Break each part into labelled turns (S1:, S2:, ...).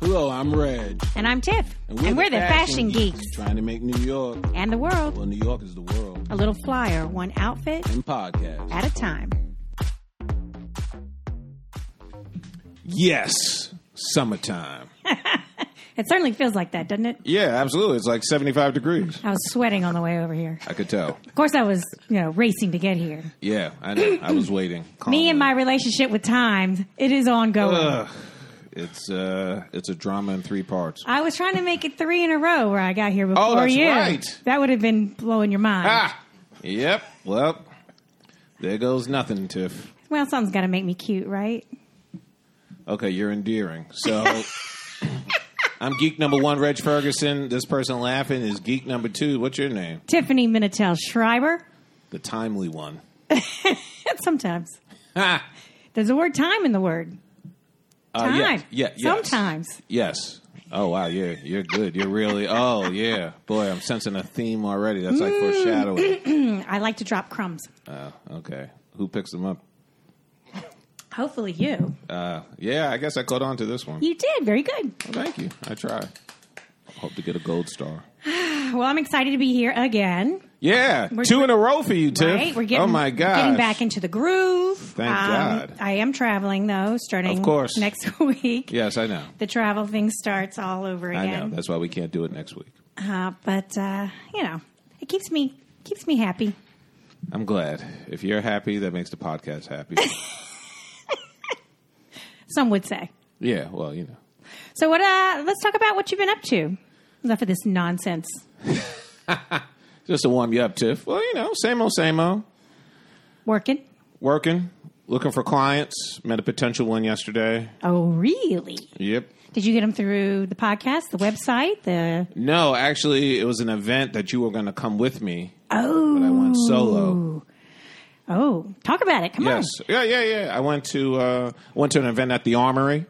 S1: Hello, I'm Reg.
S2: And I'm Tiff. And we're the Fashion Geeks.
S1: Trying to make New York,
S2: And the world,
S1: well, New York is the world,
S2: a little flyer, one outfit
S1: in podcast.
S2: at a time.
S1: Yes, summertime.
S2: It certainly feels like that, doesn't it?
S1: Yeah, absolutely. It's like 75 degrees.
S2: I was sweating on the way over here.
S1: I could tell.
S2: Of course, I was, you know, racing to get here.
S1: Yeah, I know. I was waiting.
S2: Me
S1: calmly.
S2: and my relationship with time, it is ongoing.
S1: Ugh. It's uh, it's a drama in three parts.
S2: I was trying to make it three in a row where I got here before
S1: Oh, that's
S2: you.
S1: right.
S2: That would have been blowing your mind.
S1: Ah, yep. Well, there goes nothing, Tiff.
S2: Well, something's got to make me cute, right?
S1: Okay, you're endearing. So I'm geek number one, Reg Ferguson. This person laughing is geek number two. What's your name?
S2: Tiffany Minitel Schreiber.
S1: The timely one.
S2: Sometimes
S1: Ah,
S2: there's a word time in the word.
S1: Uh,
S2: Time.
S1: yes, yeah, yes.
S2: Sometimes.
S1: Yes. Oh wow, yeah, you're good. You're really. Oh yeah, boy, I'm sensing a theme already. That's
S2: Mm.
S1: like foreshadowing.
S2: I like to drop crumbs.
S1: Oh, okay, who picks them up?
S2: Hopefully, you.
S1: Uh, yeah, I guess I caught on to this one.
S2: You did. Very good.
S1: Well, thank you. I try. Hope to get a gold star.
S2: Well, I'm excited to be here again.
S1: Yeah, two in a row for you, Tiff.
S2: Right? We're getting,
S1: oh my god,
S2: getting back into the groove.
S1: Thank
S2: Um,
S1: God.
S2: I am traveling, though, starting
S1: Of course.
S2: next week.
S1: Yes, I know.
S2: The travel thing starts all over
S1: I know.
S2: again.
S1: That's why we can't do it next week.
S2: Uh, but, uh, you know, it keeps me keeps me happy.
S1: I'm glad. If you're happy, that makes the podcast happy.
S2: Some would say.
S1: yeah. Well, you know.
S2: So what? Uh, let's talk about what you've been up to. Enough of this nonsense.
S1: Just to warm you up, Tiff. Well, you know, same old, same old.
S2: Working.
S1: Working, looking for clients. Met a potential one yesterday.
S2: Oh, really?
S1: Yep.
S2: Did you get them through the podcast, the website, the
S1: No, actually, it was an event that you were going to come with me.
S2: oh,
S1: But I went solo.
S2: oh, talk about it. Come
S1: Yes. Yeah, yeah, yeah. I went to uh, went to an event at the Armory,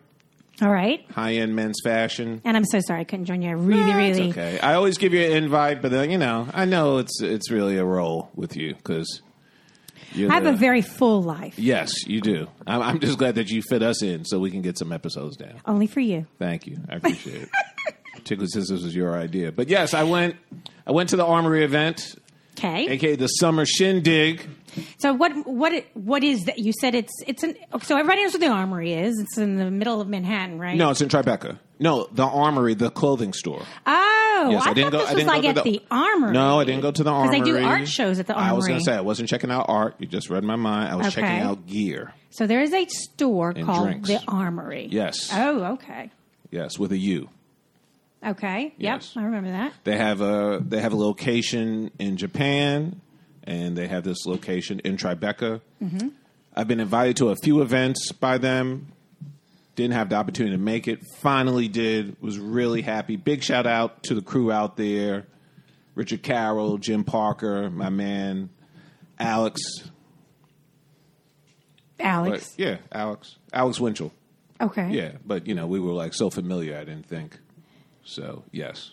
S2: on. All right.
S1: high end men's fashion.
S2: And I'm so sorry I couldn't join you. I really,
S1: It's
S2: really.
S1: okay. I always give you an invite, but then you know, I know it's it's really a role with you because
S2: I have a very full life,
S1: Yes, you do. I'm, I'm just glad that you fit us in so we can get some episodes down.
S2: only for you.
S1: Thank you. I appreciate it. Particularly since this was your idea. But yes, I went. I went to the Armory event,
S2: Okay.
S1: aka the Summer Shindig.
S2: So what? What? What is that? You said it's it's an. So everybody knows where the armory is. It's in the middle of Manhattan, right?
S1: No, it's in Tribeca. No, the Armory, the clothing store.
S2: Oh,
S1: Yes,
S2: I,
S1: I didn't go-
S2: thought this
S1: I
S2: was
S1: didn't go
S2: like
S1: to
S2: at the,
S1: the-
S2: armory.
S1: No, I didn't go to the
S2: Because
S1: Armory.
S2: they do art shows at the armory.
S1: I was going to say I wasn't checking out art. You just read my mind. I was
S2: Okay.
S1: checking out gear.
S2: So there is a store called
S1: drinks.
S2: the Armory.
S1: Yes.
S2: Oh, okay.
S1: Yes, with a U.
S2: Okay.
S1: Yes.
S2: Yep. I remember that.
S1: They have a they have a location in Japan, and they have this location in Tribeca. I've been invited to a few events by them. Didn't have the opportunity to make it. Finally, did. Was really happy. Big shout out to the crew out there: Richard Carroll, Jim Parker, my man Alex. But,
S2: Alex.
S1: yeah, Alex. Alex Winchell.
S2: okay.
S1: Yeah, but you know, we were like so familiar, I didn't think. So yes,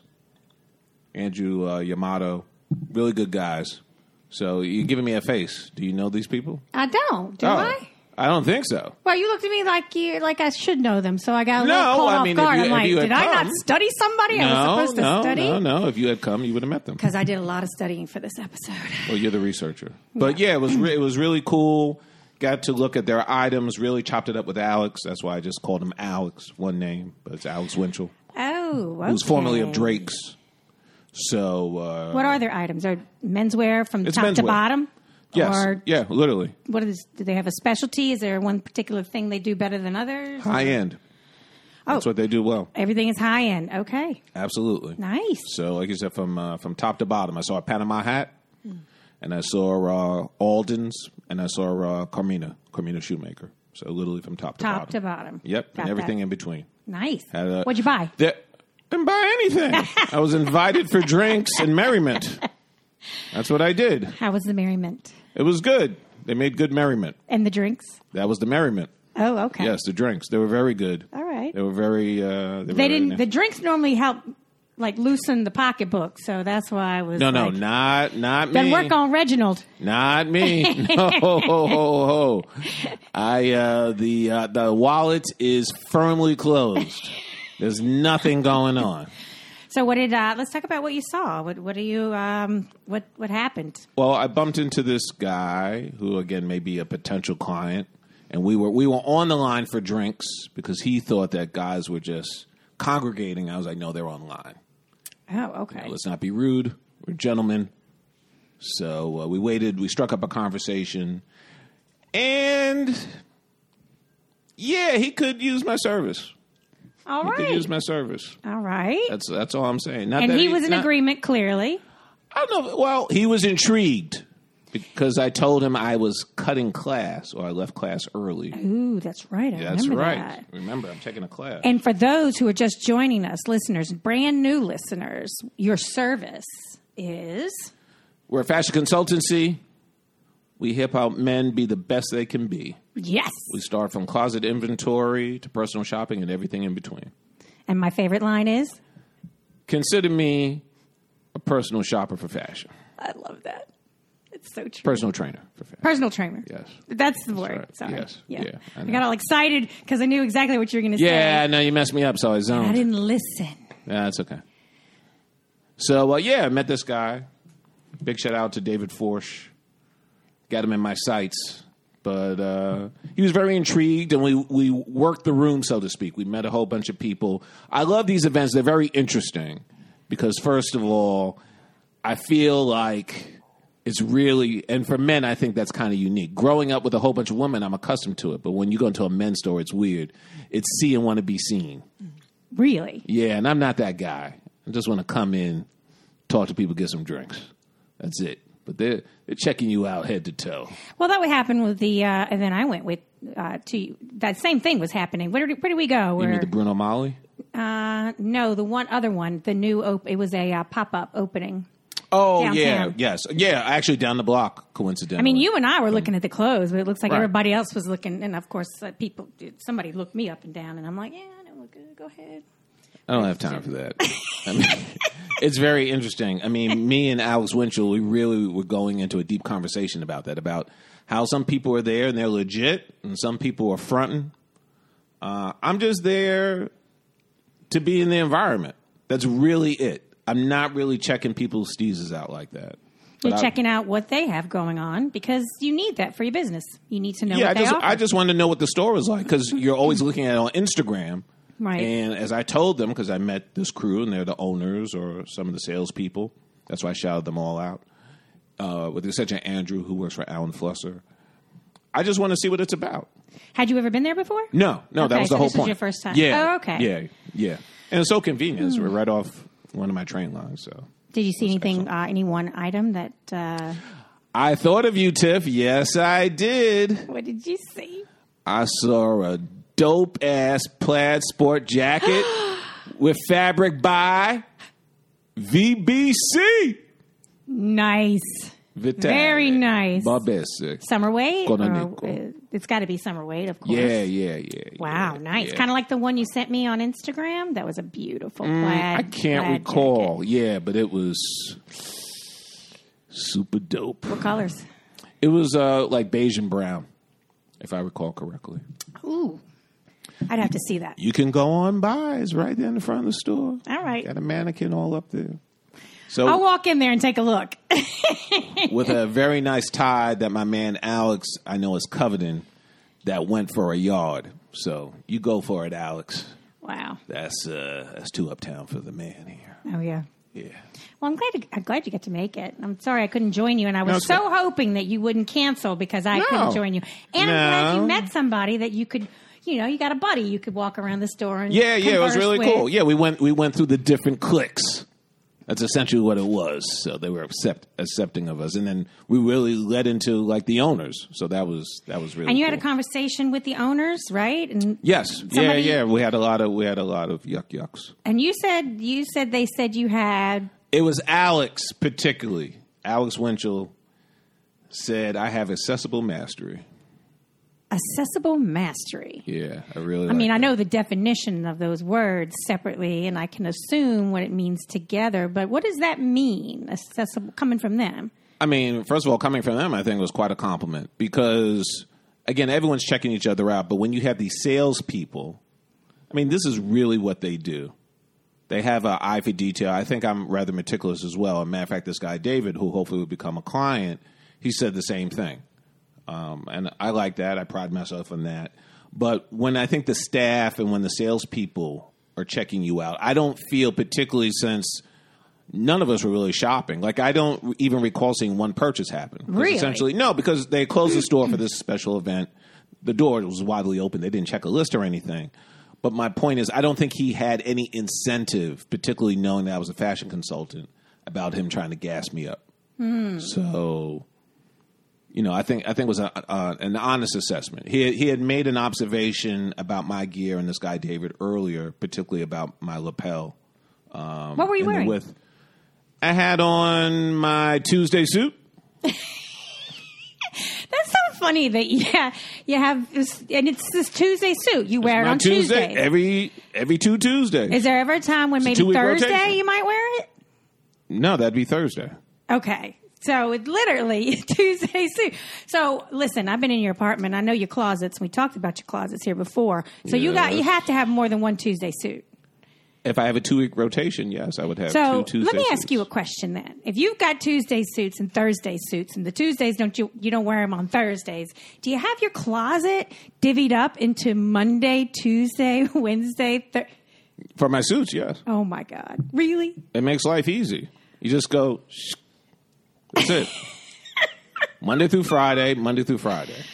S1: Andrew uh, Yamato, really good guys. So you're giving me a face. Do you know these people?
S2: I don't. Do
S1: oh,
S2: I?
S1: I don't think so.
S2: Well, you looked at me like you like I should know them, so I got a
S1: No,
S2: little caught
S1: I
S2: off
S1: mean, if
S2: guard.
S1: you-
S2: I'm
S1: if
S2: like,
S1: you had
S2: did I not
S1: come-
S2: study somebody? I
S1: no,
S2: was supposed to
S1: no,
S2: study
S1: no, no. If you had come, you would have met them.
S2: because I did a lot of studying for this episode.
S1: Well, you're the researcher. But yeah, it was re- it was really cool. Got to look at their items. Really chopped it up with Alex. That's why I just called him Alex, one name, but it's Alex Winchell,
S2: Oh, okay.
S1: who's formerly of Drake's. So uh,
S2: What are their items? Are menswear from
S1: It's
S2: top to
S1: menswear.
S2: bottom?
S1: yes,
S2: Or
S1: yeah, literally.
S2: what is? Do they have a specialty? Is there one particular thing they do better than others?
S1: high end. That's
S2: Oh.
S1: what they do well.
S2: Everything is high end. Okay,
S1: Absolutely.
S2: nice.
S1: So, like you said, from uh, from top to bottom, I saw a Panama hat,
S2: Hmm.
S1: and I saw uh, Alden's, and I saw uh, Carmina, Carmina Shoemaker. So, literally from top to
S2: Top
S1: bottom.
S2: to bottom.
S1: Yep,
S2: Got
S1: and
S2: that.
S1: everything in between.
S2: Nice.
S1: Had a-
S2: What'd you buy?
S1: There- didn't buy anything. I was invited for drinks and merriment. That's what I did.
S2: How was the merriment
S1: It was good. They made good merriment.
S2: and the drinks?
S1: That was the merriment.
S2: Oh, okay.
S1: Yes, the drinks. They were very good.
S2: All right.
S1: They were very. Uh, they were
S2: They
S1: very
S2: didn't.
S1: nice.
S2: The drinks normally help, like loosen the pocketbook. So that's why I was.
S1: No, no,
S2: like,
S1: not not
S2: Then
S1: me.
S2: work on Reginald.
S1: Not me. No, ho, ho, ho. I uh, the uh, the wallet is firmly closed. There's nothing going on.
S2: So what did? Uh, let's talk about what you saw. What what do you? Um, what what happened?
S1: Well, I bumped into this guy who, again, may be a potential client, and we were we were on the line for drinks because he thought that guys were just congregating. I was like, no, they're online.
S2: Oh, okay.
S1: Let's not be rude. We're gentlemen. So uh, we waited. We struck up a conversation, and yeah, he could use my service.
S2: All
S1: He could
S2: right.
S1: use my service.
S2: All right.
S1: That's that's all I'm saying. Not
S2: and
S1: that
S2: he was in
S1: not-
S2: agreement, clearly.
S1: I don't know. Well, he was intrigued because I told him I was cutting class or I left class early.
S2: Ooh, that's right. I
S1: That's
S2: remember
S1: right.
S2: that.
S1: Remember, I'm taking a class.
S2: And for those who are just joining us, listeners, brand new listeners, your service is
S1: We're a fashion consultancy. We hip help men be the best they can be.
S2: yes.
S1: We start from closet inventory to personal shopping and everything in between.
S2: And my favorite line is
S1: Consider me a personal shopper for fashion,
S2: I love that. It's so true.
S1: personal trainer for fashion.
S2: Personal trainer.
S1: Yes.
S2: That's the word.
S1: right.
S2: Sorry.
S1: Yes.
S2: Yeah.
S1: Yeah, I
S2: I,
S1: know.
S2: got all excited because I knew exactly what you were going to
S1: Yeah, I
S2: say.
S1: know you messed me up, so I zoned.
S2: I didn't listen.
S1: Yeah, that's okay. So uh, yeah, I met this guy. Big shout out to David Forsh. Got him in my sights, but uh, he was very intrigued, and we we worked the room, so to speak. We met a whole bunch of people. I love these events; they're very interesting because, first of all, I feel like it's really and for men, I think that's kind of unique. Growing up with a whole bunch of women, I'm accustomed to it, but when you go into a men's store, it's weird. It's see and want to be seen.
S2: Really?
S1: Yeah, and I'm not that guy. I just want to come in, talk to people, get some drinks. That's it. But they're they're checking you out head to toe.
S2: Well, that would happen with the, uh, and then I went with uh, to you. That same thing was happening. Where did, where did we go?
S1: You
S2: Where,
S1: mean the Bruno Molly?
S2: uh, no, the one other one, the new, op- it was a uh, pop up opening.
S1: Oh
S2: Downtown.
S1: yeah, yes, yeah. Actually, down the block, coincidentally.
S2: I mean, you and I were looking at the clothes, but it looks like
S1: Oh, Right.
S2: everybody else was looking. And of course, uh, people, somebody looked me up and down, and I'm like, yeah, I know, we're good. Go ahead.
S1: I don't have time for that. I mean, it's very interesting. I mean, me and Alex Winchell, we really were going into a deep conversation about that, about how some people are there and they're legit, and some people are fronting. Uh, I'm just there to be in the environment. That's really it. I'm not really checking people's steezes out like that. But
S2: You're
S1: I-
S2: checking out what they have going on because you need that for your business. You need to know
S1: Yeah,
S2: what
S1: I
S2: they
S1: just
S2: offer.
S1: I just wanted to know what the store was like because you're always looking at it on Instagram,
S2: Right.
S1: And as I told them, because I met this crew and they're the owners or some of the salespeople, that's why I shouted them all out. Uh, with the exception of Andrew, who works for Alan Flusser, I just want to see what it's about.
S2: Had you ever been there before?
S1: No, no, that
S2: Okay,
S1: was
S2: so
S1: the whole
S2: this was
S1: point.
S2: your first time.
S1: Yeah.
S2: Oh, okay. Hmm.
S1: Yeah, yeah, and it's so convenient. It's right off one of my train lines, so.
S2: Did you see anything, uh, any one item that? Uh,
S1: I thought of you, Tiff. Yes, I did.
S2: what did you see?
S1: I saw a dope ass plaid sport jacket with fabric by VBC.
S2: Nice,
S1: Vitale.
S2: Very nice.
S1: Barbesic.
S2: summer weight.
S1: Gonna
S2: or,
S1: need cool.
S2: uh, it's got to be summer weight, of course.
S1: Yeah, yeah, yeah.
S2: Wow,
S1: yeah,
S2: nice.
S1: yeah.
S2: Kind of like the one you sent me on Instagram. That was a beautiful plaid.
S1: Mm, I can't
S2: plaid
S1: recall. Yeah, but it was super dope.
S2: jacket. colors.
S1: It was uh, like beige and brown, if I recall correctly.
S2: Ooh, I'd have to see that.
S1: You can go on by. It's right there in the front of the store.
S2: All right, Oh,
S1: Got a mannequin all up there. So
S2: I'll walk in there and take a look.
S1: with a very nice tie that my man Alex I know is coveting that went for a yard. So you go for it, Alex.
S2: wow.
S1: That's uh, that's too uptown for the man here.
S2: Oh yeah.
S1: Yeah.
S2: Well, I'm glad. I'm glad you get to make it. I'm sorry I couldn't join you, and I was
S1: it's
S2: so hoping that you wouldn't cancel because I
S1: No.
S2: couldn't join you. And I'm glad
S1: No.
S2: you met somebody that you could. You know, you got a buddy you could walk around the store and
S1: Yeah, yeah, it was
S2: converse
S1: really
S2: with.
S1: cool. Yeah, we went we went through the different cliques. That's essentially what it was. So they were accept, accepting of us, and then we really led into like the owners. So that was that was really.
S2: And you had a
S1: cool.
S2: conversation with the owners, right? And
S1: Yes.
S2: Somebody-
S1: yeah, yeah. We had a lot of we had a lot of yuck yucks.
S2: and you said you said they said you had
S1: It was Alex, particularly. Alex Winchell said, I have accessible mastery.
S2: accessible mastery.
S1: Yeah, I really
S2: I mean, I know the definition of those words separately, and I can assume what it means together. But what does that mean? Accessible coming from them.
S1: I mean, first of all, coming from them, I think it was quite a compliment because, again, everyone's checking each other out. But when you have these salespeople I mean, this is really what they do. They have an eye for detail. I think I'm rather meticulous as well. As a matter of fact, this guy David, who hopefully will become a client, he said the same thing, um, and I like that. I pride myself on that. But when I think the staff and when the salespeople are checking you out, I don't feel particularly since none of us were really shopping. Like I don't even recall seeing one purchase happen. 'Cause
S2: Really?
S1: Essentially, no, because they closed the store for this special event. The door was widely open. They didn't check a list or anything. But my point is, I don't think he had any incentive, particularly knowing that I was a fashion consultant, about him trying to gas me up. So, you know, I think I think it was a, a, an honest assessment. He had, he had made an observation about my gear and this guy David earlier, particularly about my lapel.
S2: what were you
S1: and Um, the
S2: wearing?
S1: width. I had on my Tuesday suit.
S2: That's so funny that yeah, you have this, and it's this Tuesday suit you wear it
S1: my
S2: on Tuesday.
S1: every every two Tuesdays.
S2: Is there ever a time when maybe
S1: two-week
S2: Thursday
S1: rotation.
S2: you might wear it?
S1: no, that'd be Thursday.
S2: Okay. So it literally Tuesday suit. So listen, I've been in your apartment. I know your closets. We talked about your closets here before. So you got you
S1: Yes.
S2: have to have more than one Tuesday suit.
S1: If I have a two week rotation, yes, I would have
S2: So
S1: two Tuesday
S2: let me ask
S1: suits.
S2: you a question then. If you've got Tuesday suits and Thursday suits, and the Tuesdays don't you you don't wear them on Thursdays, do you have your closet divvied up into Monday, Tuesday, Wednesday? Thur-
S1: for my suits. Yes,
S2: oh my God, really?
S1: it makes life easy. You just go. Shh. That's it. Monday through Friday. Monday through Friday.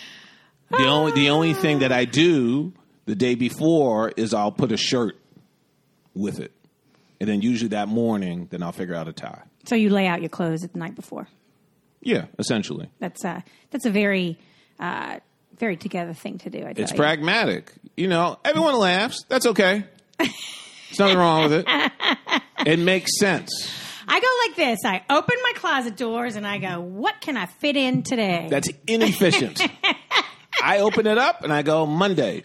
S1: The only the only thing that I do the day before is I'll put a shirt with it, and then usually that morning, then I'll figure out a tie.
S2: So you lay out your clothes the night before.
S1: Yeah, essentially.
S2: That's a that's a very uh, very together thing to do. I tell
S1: It's
S2: you.
S1: pragmatic. You know, everyone laughs. That's okay. There's nothing wrong with it. It makes sense.
S2: I go like this. I open my closet doors and I go, "What can I fit in today?"
S1: That's inefficient. I open it up and I go Monday.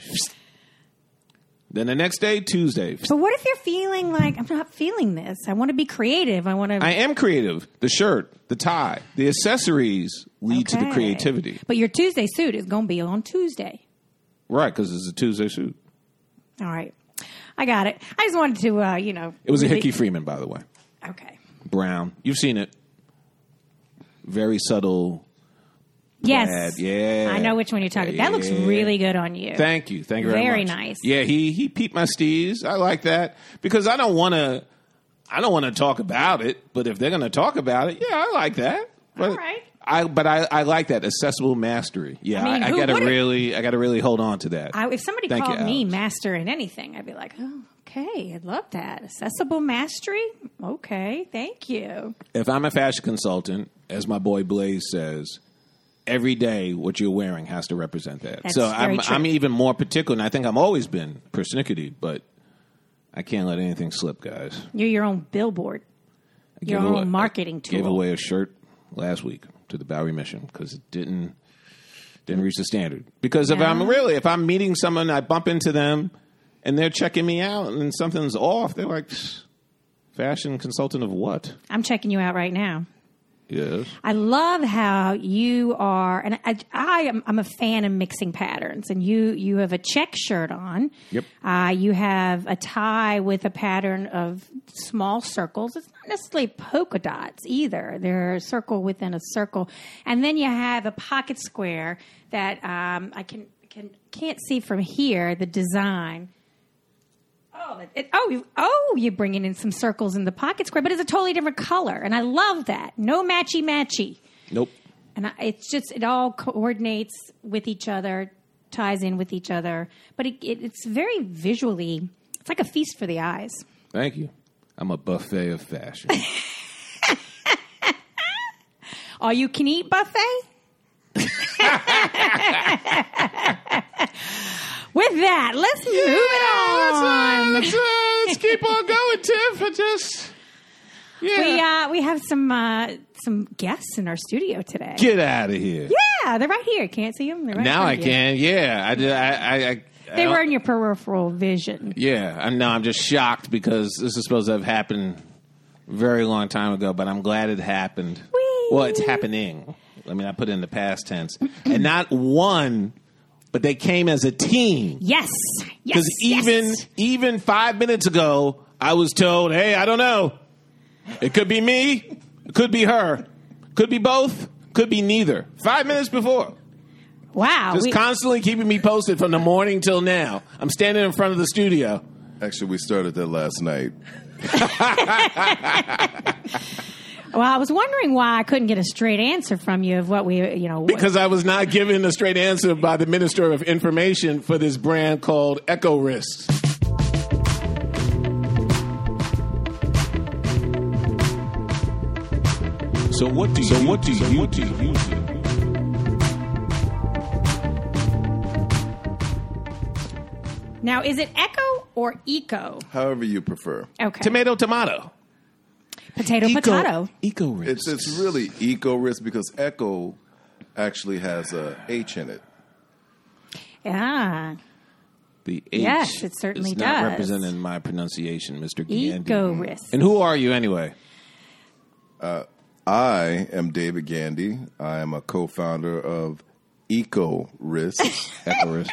S1: Then the next day, Tuesday.
S2: but what if you're feeling like I'm not feeling this? I want to be creative. I want to.
S1: I am creative. The shirt, the tie, the accessories lead to the
S2: Okay.
S1: creativity.
S2: But your Tuesday suit is going to be on Tuesday.
S1: Right, because it's a Tuesday suit.
S2: All right. I got it. I just wanted to, uh, you know.
S1: It was a
S2: really-
S1: Hickey Freeman, by the way.
S2: Okay.
S1: Brown. You've seen it. Very subtle.
S2: Yes.
S1: plaid. Yeah.
S2: I know which one you're talking
S1: Yeah,
S2: That looks
S1: yeah, yeah.
S2: really good on you.
S1: Thank you. Thank you very,
S2: Very
S1: much.
S2: nice.
S1: Yeah, he he peeped my steez. I like that because I don't want to I don't want to talk about it, but if they're going to talk about it, yeah, I like that. But
S2: All right.
S1: I but I, I like that accessible mastery. Yeah,
S2: I
S1: I,
S2: mean,
S1: I
S2: who
S1: gotta
S2: wouldn't?
S1: really I gotta really hold on to that.
S2: I, if somebody
S1: Thank you,
S2: called me
S1: Alex.
S2: master in anything, I'd be like, oh, okay, I love that. Accessible mastery? Okay, thank you.
S1: if I'm a fashion consultant, as my boy Blaze says, every day what you're wearing has to represent that.
S2: That's
S1: so
S2: very
S1: I'm
S2: true.
S1: I'm even more particular, and I think I've always been persnickety, but I can't let anything slip, guys.
S2: You're your own billboard. Your
S1: Gave
S2: own
S1: away-
S2: marketing tool.
S1: Gave away a shirt last week to the Bowery Mission because it didn't didn't reach the standard. Because if I'm
S2: Yeah.
S1: really if I'm meeting someone, I bump into them and they're checking me out and something's off. They're like, "Psh, fashion consultant of what?
S2: I'm checking you out right now.
S1: Yes.
S2: I love how you are, and I, I am, I'm a fan of mixing patterns. And you, you have a check shirt on.
S1: Yep.
S2: Uh, you have a tie with a pattern of small circles. It's not necessarily polka dots either. They're a circle within a circle, and then you have a pocket square that um, I can can can't see from here the design. Oh, it, oh, you, oh! You're bringing in some circles in the pocket square, but it's a totally different color, and I love that. No matchy matchy,
S1: Nope.
S2: and I, it's just it all coordinates with each other, ties in with each other. But it, it, it's very visually, it's like a feast for the eyes.
S1: Thank you. I'm a buffet of fashion.
S2: All you can eat buffet. with that, let's move it on.
S1: let's, uh, let's keep on going, Tiff. I just yeah.
S2: We uh, we have some uh, some guests in our studio today.
S1: Get out of here.
S2: Yeah, they're right here. Can't see them. They're right
S1: Now
S2: in front
S1: I
S2: of you.
S1: can. Yeah, I did. I. I, I I
S2: They
S1: don't-
S2: were in your peripheral vision.
S1: Yeah, I know. I'm just shocked because this is supposed to have happened a very long time ago, but I'm glad it happened.
S2: Whee!
S1: Well, it's happening. I mean, I put it in the past tense, and not one, but they came as a team.
S2: Yes. Yes.
S1: Because
S2: yes.
S1: even even five minutes ago, I was told, "Hey, I don't know. It could be me. It could be her. Could be both. Could be neither." Five minutes before,
S2: wow.
S1: just
S2: we-
S1: constantly keeping me posted from the morning till now. I'm standing in front of the studio.
S3: Actually, we started that last night.
S2: well, I was wondering why I couldn't get a straight answer from you of what we, you know, what-
S1: Because I was not given a straight answer by the Minister of Information for this brand called Echo Risks. So what do so you what do you, what do you do?
S2: now is it echo or eco?
S3: However you prefer.
S2: Okay.
S1: Tomato tomato.
S2: potato, potato.
S1: Eco risks.
S3: It's it's really eco risk because echo actually has a H in it.
S2: Yeah.
S1: the H
S2: Yes, it certainly
S1: is not
S2: does.
S1: representing my pronunciation, Mr. Gandy.
S2: Eco risk.
S1: And who are you anyway?
S3: I am David Gandy. I am a co-founder of Eco Risk.
S1: Echo risk.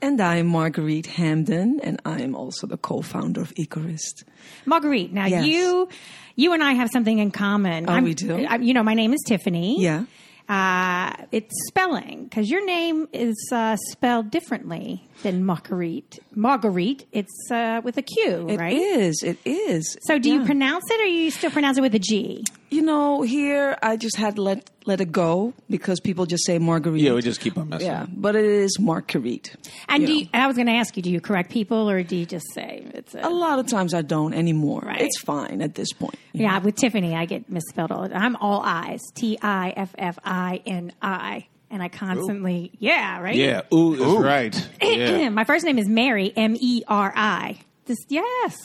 S4: And I'm Marguerite Hamden, and I'm also the co-founder of Icarist.
S2: Marguerite, now
S4: Yes.
S2: you you and I have something in common.
S4: Oh, we do?
S2: I, you know, my name is Tiffany.
S4: Yeah.
S2: Uh, it's spelling because your name is uh, spelled differently than Marguerite. Marguerite, it's uh, with a Q,
S4: it is.
S2: right?
S4: It is.
S2: So, do you
S4: Yeah.
S2: pronounce it, or you still pronounce it with a G?
S4: You know, here I just had to let let it go because people just say Marguerite.
S1: Yeah, we just keep on messing.
S4: Yeah, but it is Marguerite.
S2: And
S4: Yeah.
S2: do you, and I was going to ask you, do you correct people, or do you just say it's a?
S4: A lot of times I don't anymore.
S2: Right.
S4: It's fine at this point.
S2: Yeah, with Tiffany, I get misspelled all. the time. I'm all eyes, T I F F I N I, and I constantly, yeah, right,
S1: Yeah. Ooh, is right. Yeah.
S2: My first name is Mary, M E R I. This, yes,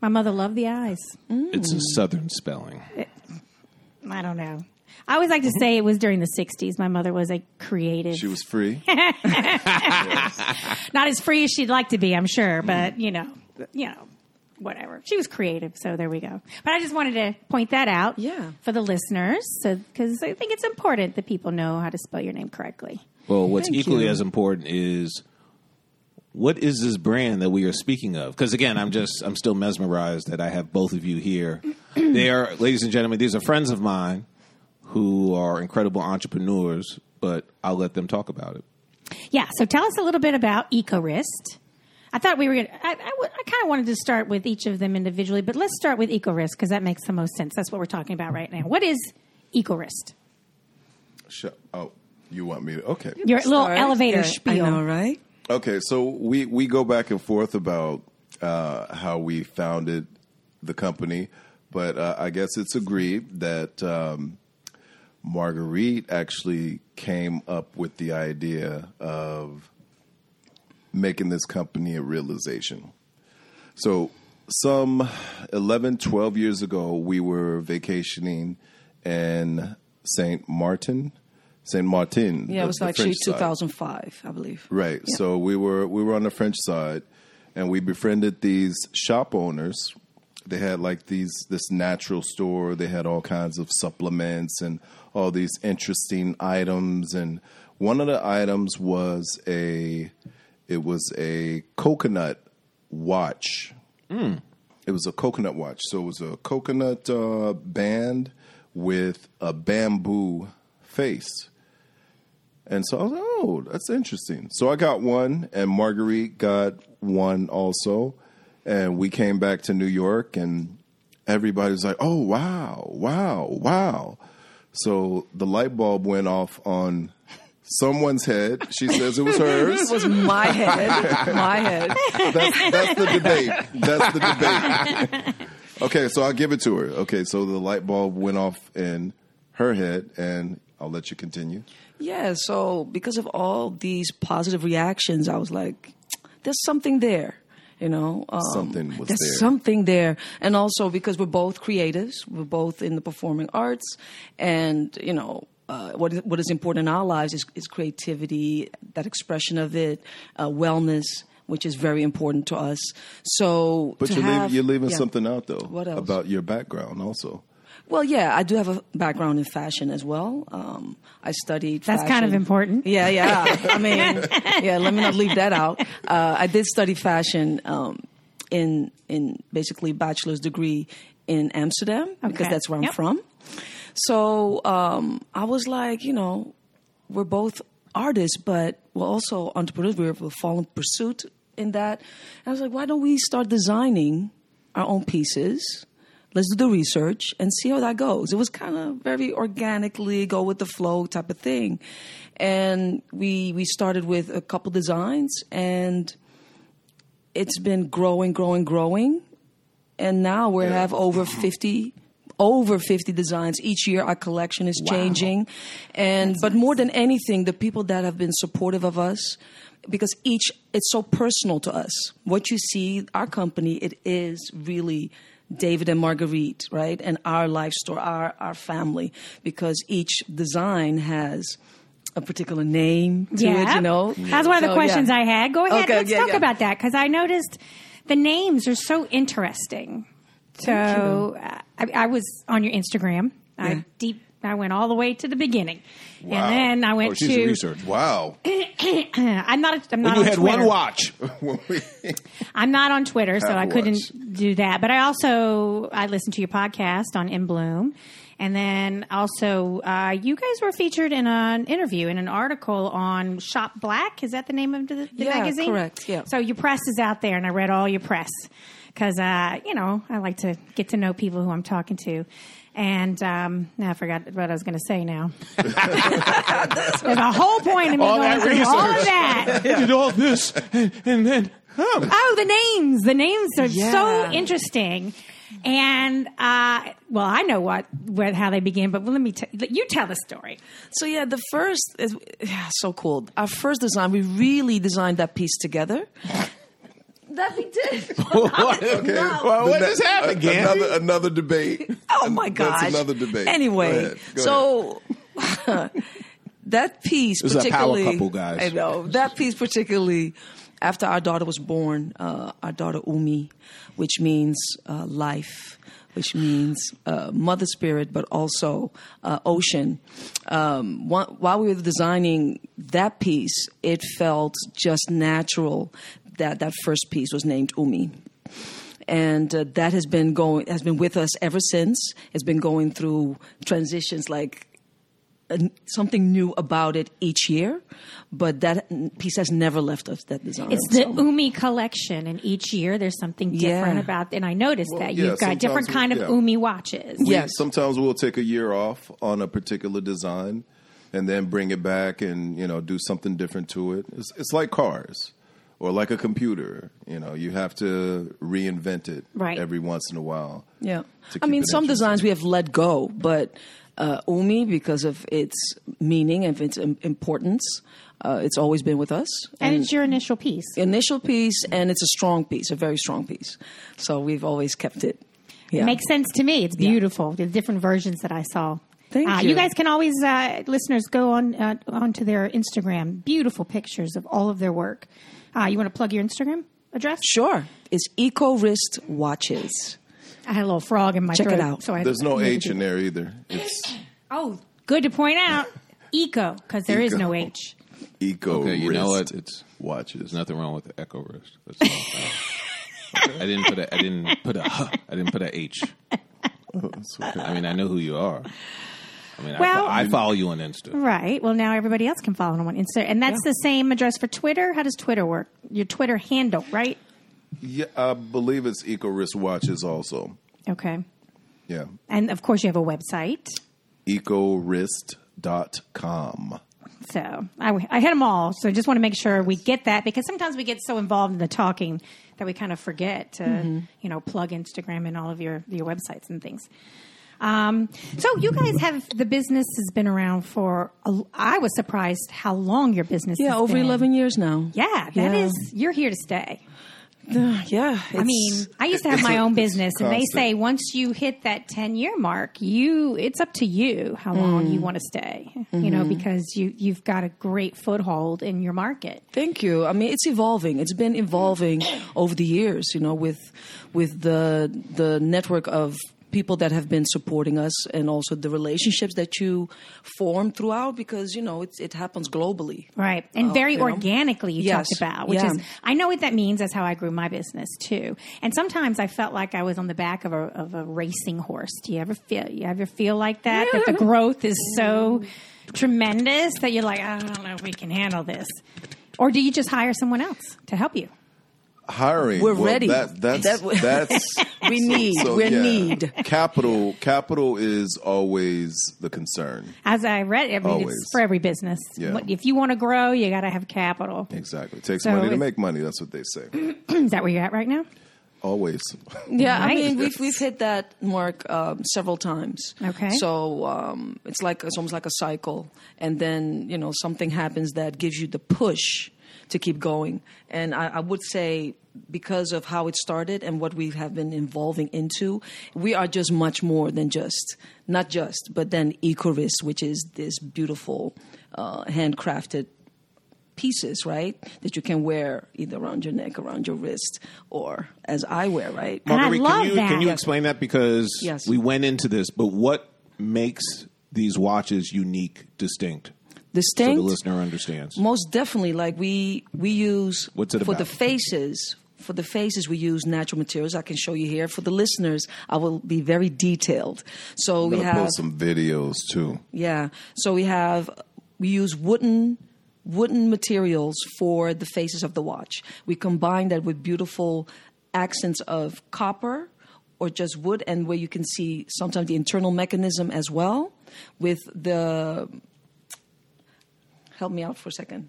S2: my mother loved the eyes.
S1: it's
S2: Mm.
S1: a southern spelling.
S2: I don't know. I always like to say it was during the '60s. My mother was a creative,
S3: She was free.
S2: not as free as she'd like to be, I'm sure, but you know, you know, whatever. She was creative, so there we go. But I just wanted to point that out,
S4: Yeah.
S2: for the listeners, so because I think it's important that people know how to spell your name correctly.
S1: Well, what's
S4: Thank
S1: equally
S4: you.
S1: as important is what is this brand that we are speaking of? Because again, I'm just I'm still mesmerized that I have both of you here. they are, ladies and gentlemen, these are friends of mine who are incredible entrepreneurs, but I'll let them talk about it.
S2: Yeah. So tell us a little bit about EcoRist. I thought we were going to, I, kind of wanted to start with each of them individually, but let's start with EcoRist because that makes the most sense. That's what we're talking about right now. What is EcoRist?
S3: Sh- oh, you want me to? Okay.
S2: Your little
S4: Sorry.
S2: elevator
S4: Yeah,
S2: spiel.
S4: I know, right?
S3: Okay, so we, we go back and forth about uh, how we founded the company, but uh, I guess it's agreed that um, Marguerite actually came up with the idea of making this company a realization. So, some 11, 12 years ago, we were vacationing in St. Martin. St. Martin.
S4: Yeah,
S3: the-
S4: it was
S3: the
S4: actually
S3: French side.
S4: 2005, I believe.
S3: Right.
S4: Yeah.
S3: So we were we were on the French side, and we befriended these shop owners. They had like these this natural store. They had all kinds of supplements and all these interesting items. And one of the items was a it was a coconut watch. It was a coconut watch. So it was a coconut uh, band with a bamboo face. And so I was like, oh, that's interesting. So I got one, and Marguerite got one also. And we came back to New York, and everybody was like, oh, wow, wow, wow. So the light bulb went off on someone's head. She says it was hers
S4: It was my head. My head.
S3: that's, that's the debate. That's the debate. Okay, so I'll give it to her. Okay, so the light bulb went off in her head, and I'll let you continue.
S4: Yeah, so because of all these positive reactions, I was like, there's something there. You know, um,
S3: Something was
S4: there's
S3: there.
S4: something there, and also because we're both creatives, we're both in the performing arts, and you know, uh, what is, what is important in our lives is, is creativity, that expression of it, uh, wellness, which is very important to us. So,
S3: But
S4: to
S3: you're,
S4: have-
S3: leaving, you're leaving
S4: yeah.
S3: something out, though,
S4: What else?
S3: about your background also.
S4: Well, yeah, I do have a background in fashion as well. Um, I studied.
S2: That's kind of
S4: fashion.
S2: important.
S4: Yeah, yeah. I mean, yeah. Let me not leave that out. Uh, I did study fashion um, in in basically bachelor's degree in Amsterdam because
S2: Okay.
S4: that's where I'm
S2: Yep.
S4: from. So um, I was like, you know, we're both artists, but we're also entrepreneurs. We have a fallen pursuit in that. And I was like, why don't we start designing our own pieces? Let's do the research and see how that goes. It was kind of very organically go with the flow type of thing. And we we started with a couple designs and it's been growing, growing, growing, and now we have over fifty, over fifty designs each year. Our collection is changing, and but more than anything, the people that have been supportive of us, because each it's so personal to us. What you see, our company, it is really. David and Marguerite, right? And our life story, our, our family, because each design has a particular name to it, you know?
S2: That's one of the
S4: So, yeah.
S2: questions I had. Go ahead.
S4: Okay,
S2: let's
S4: yeah,
S2: talk
S4: yeah.
S2: about that because I noticed the names are so interesting. So uh, I, I was on your Instagram.
S4: Yeah.
S2: I deep. I went all the way to the beginning,
S3: Wow.
S2: and then I
S1: Oh,
S2: went
S1: she's a
S2: to.
S1: researcher.
S3: Wow.
S2: I'm not. I'm not
S1: you
S2: on
S1: had
S2: Twitter.
S1: one watch.
S2: I'm not on Twitter, so
S3: Have
S2: I
S3: watch.
S2: couldn't do that. But I also I listened to your podcast on In Bloom, and then also uh, you guys were featured in an interview in an article on Shop Black. Is that the name of the, the
S4: Yeah,
S2: magazine?
S4: correct, yeah.
S2: So your press is out there, and I read all your press because uh, you know I like to get to know people who I'm talking to. And um, now I forgot what I was going to say. Now there's a whole point in me
S1: All
S2: going
S1: that
S2: through all of
S1: research.
S2: that.
S1: I did all this, and, and then huh.
S2: Oh, the names. The names are so
S4: Yeah.
S2: interesting. And uh, well, I know what, what how they begin, but let me t- you tell the story.
S4: So yeah, the first is yeah, so cool. Our first design, we really designed that piece together. that we did.
S1: Well, what
S3: Ana-
S1: just happened, Gandhi?
S3: Another, another debate.
S4: Oh my god!
S3: That's another debate.
S4: Anyway,
S3: Go ahead. Go
S4: so that piece
S1: is a power
S4: particularly
S1: couple, guys.
S4: I know that piece particularly after our daughter was born, uh, our daughter Umi, which means uh, life, which means uh, mother spirit, but also uh, ocean. Um, wh- while we were designing that piece, it felt just natural that that first piece was named Umi and uh, that has been going has been with us ever since. It's been going through transitions like an- something new about it each year, but that piece has never left us. That design.
S2: It's the Umi collection, and each year there's something different
S4: Yeah.
S2: about. And I noticed that
S3: yeah,
S2: you've got different kind
S3: sometimes
S2: of
S3: we- yeah.
S2: Umi watches.
S4: Yeah.
S3: We- Sometimes we'll take a year off on a particular design and then bring it back and, you know, do something different to it. It's, it's like cars or like a computer. You know, you have to reinvent it
S2: Right.
S3: every once in a while.
S4: Yeah.
S3: to
S4: I
S3: keep
S4: mean,
S3: it
S4: some
S3: interesting.
S4: designs we have let go, but uh, Umi, because of its meaning and its im- importance, uh, it's always been with us.
S2: And, it's your initial piece.
S4: initial piece, and it's a strong piece, a very strong piece. So we've always kept it. Yeah.
S2: Makes sense to me. It's beautiful. The different versions that I saw.
S4: Thank
S2: Uh,
S4: you.
S2: guys can always, uh, listeners, go on uh, onto their Instagram. Beautiful pictures of all of their work. Uh, you want to plug your Instagram address?
S4: Sure. It's Eco Wrist Watches.
S2: I had a little frog in my
S4: Check it
S2: throat.
S4: out.
S2: So I
S3: There's no
S2: maybe-
S3: H in there either. It's
S2: Oh, good to point out. Eco, because there is
S3: Eco.
S2: no H.
S3: eco
S1: Okay, you know
S3: wrist
S1: what? It's-
S3: watches.
S1: There's nothing wrong with the echo wrist. That's all I'm saying. I didn't put a. I didn't put a. Huh, I didn't put a H.
S3: That's okay.
S1: I mean, I know who you are. I mean, I
S2: Well-
S1: fo- I, follow you on Insta.
S2: Right. Well, now everybody else can follow him on Insta. And that's the same address for Twitter. How does Twitter work? Your Twitter handle, right?
S3: yeah, I believe it's eco wrist watches also.
S2: Okay.
S3: Yeah.
S2: And of course, you have a website.
S3: Ecorist.com.
S2: So I, I hit them all. So I just want to make sure we get that because sometimes we get so involved in the talking that we kind of forget to,
S4: Mm-hmm.
S2: you know, plug Instagram and all of your, your websites and things. Um, so you guys have the business has been around for. A, I was surprised how long your business.
S4: Yeah,
S2: has
S4: over
S2: been.
S4: 11 years now.
S2: Yeah, that
S4: Yeah.
S2: is- You're here to stay.
S4: Yeah.
S2: I mean, I used to have
S3: it's
S2: my
S3: a-
S2: own
S3: it's
S2: business, and they
S3: constant.
S2: say once you hit that ten year mark, you it's up to you how long you want to stay. You know, because you you've got a great foothold in your market.
S4: Thank you. I mean, it's evolving. It's been evolving over the years, you know, with with the the network of people that have been supporting us and also the relationships that you form throughout because you know it's, it happens globally
S2: Right. And
S4: Oh,
S2: very
S4: you know?
S2: organically, you
S4: Yes.
S2: talked about, which
S4: Yeah.
S2: is, I know what that means. That's how I grew my business too. And sometimes I felt like I was on the back of a, of a racing horse. Do you ever feel, you ever feel like that? that the growth is so tremendous that you're like, I don't know if we can handle this. Or do you just hire someone else to help you?
S3: hiring.
S4: We're
S3: well,
S4: ready.
S3: That, that's
S4: That-
S3: that's
S4: we need
S3: so,
S4: we
S3: yeah.
S4: need
S3: Capital capital is always the concern.
S2: As I read, I mean,
S3: Always.
S2: it's for every business.
S3: Yeah.
S2: What- If you want to grow, you got to have capital.
S3: Exactly. It takes
S2: So
S3: money to
S2: it's-
S3: make money. That's what they say.
S2: Is that where you're at right now?
S3: always.
S4: Yeah, I
S2: Right.
S4: mean, we've we've hit that mark um, several times.
S2: Okay.
S4: So um, it's like it's almost like a cycle, and then you know something happens that gives you the push to keep going. And I, I would say because of how it started and what we have been evolving into, we are just much more than just not just, but then Ecoris, which is this beautiful uh, handcrafted pieces, right? That you can wear either around your neck, around your wrist, or as I wear, right?
S2: I
S1: Marguerite,
S2: love
S1: can you
S2: that.
S1: can you
S2: Yes.
S1: explain that because
S4: Yes.
S1: we went into this, but what makes these watches unique, distinct? So
S4: distinct
S1: the listener understands.
S4: most definitely like we we use
S1: What's it
S4: for
S1: about?
S4: the faces for the faces we use natural materials i can show you here for the listeners i will be very detailed so
S3: I'm
S4: we
S3: gonna
S4: have
S3: post some videos too.
S4: yeah so we have we use wooden wooden materials for the faces of the watch we combine that with beautiful accents of copper or just wood and where you can see sometimes the internal mechanism as well with the help me out for a second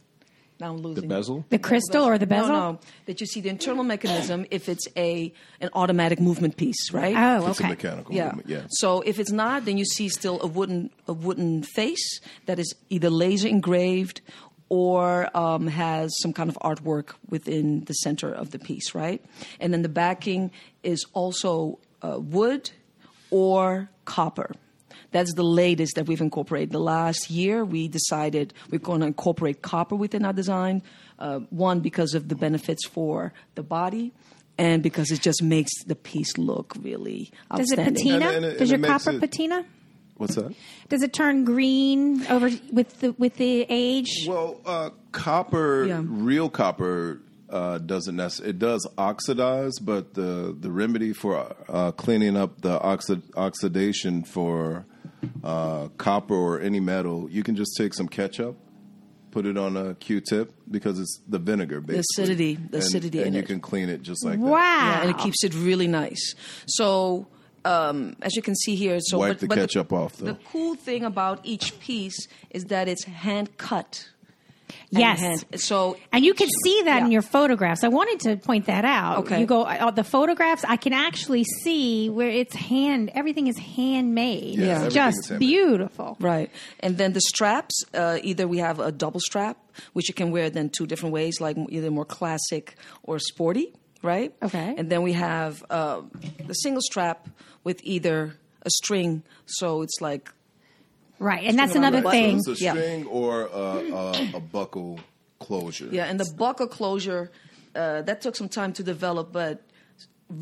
S4: now i'm
S1: The
S4: losing
S1: bezel?
S2: The crystal or the bezel?
S4: no, no. That you see the internal mechanism if it's a an automatic movement piece, right?
S2: Oh,
S3: It's a
S2: okay.
S3: mechanical
S4: yeah.
S3: movement. Yeah.
S4: So if it's not, then you see still a wooden a wooden face that is either laser engraved or um, has some kind of artwork within the center of the piece, right? And then the backing is also uh, wood or copper. That's the latest that we've incorporated. The last year, we decided we're going to incorporate copper within our design. Uh, one, because of the benefits for the body, and because it just makes the piece look really
S2: Does it
S4: outstanding.
S2: patina?
S3: And- and it-
S2: Does
S3: and
S2: your
S3: it makes
S2: copper
S3: it-
S2: patina?
S3: What's that?
S2: Does it turn green over with the with the age?
S3: Well, uh, copper,
S4: Yeah.
S3: real copper, uh, doesn't necessarily. It does oxidize, but the the remedy for uh, cleaning up the oxi- oxidation for uh, copper or any metal, you can just take some ketchup. Put it on a Q-tip because it's the vinegar, basically.
S4: acidity- the
S3: And-
S4: acidity
S3: and
S4: in
S3: you
S4: it.
S3: can clean it just like that.
S2: wow!
S4: Yeah, and it keeps it really nice. So, um, as you can see here, so
S3: Wipe the ketchup off, though.
S4: The cool thing about each piece is that it's hand cut. and
S2: yes.
S4: hand- so
S2: and you can see that in
S4: Yeah.
S2: your photographs. I wanted to point that out.
S4: Okay.
S2: You go uh, the photographs. I can actually see where it's hand. Everything is handmade.
S3: Yeah,
S2: It's
S3: everything is
S2: just
S3: handmade.
S2: beautiful.
S4: Right. And then the straps, uh, either we have a double strap, which you can wear then two different ways, like either more classic or sporty, right?
S2: Okay.
S4: And then we have uh, the single strap with either a string, so it's like
S2: Right, and that's
S4: around
S2: another
S4: the buttons.
S2: thing.
S3: So it's a
S4: Yeah.
S3: string or a, a, a buckle closure.
S4: Yeah, and the buckle closure uh, that took some time to develop, but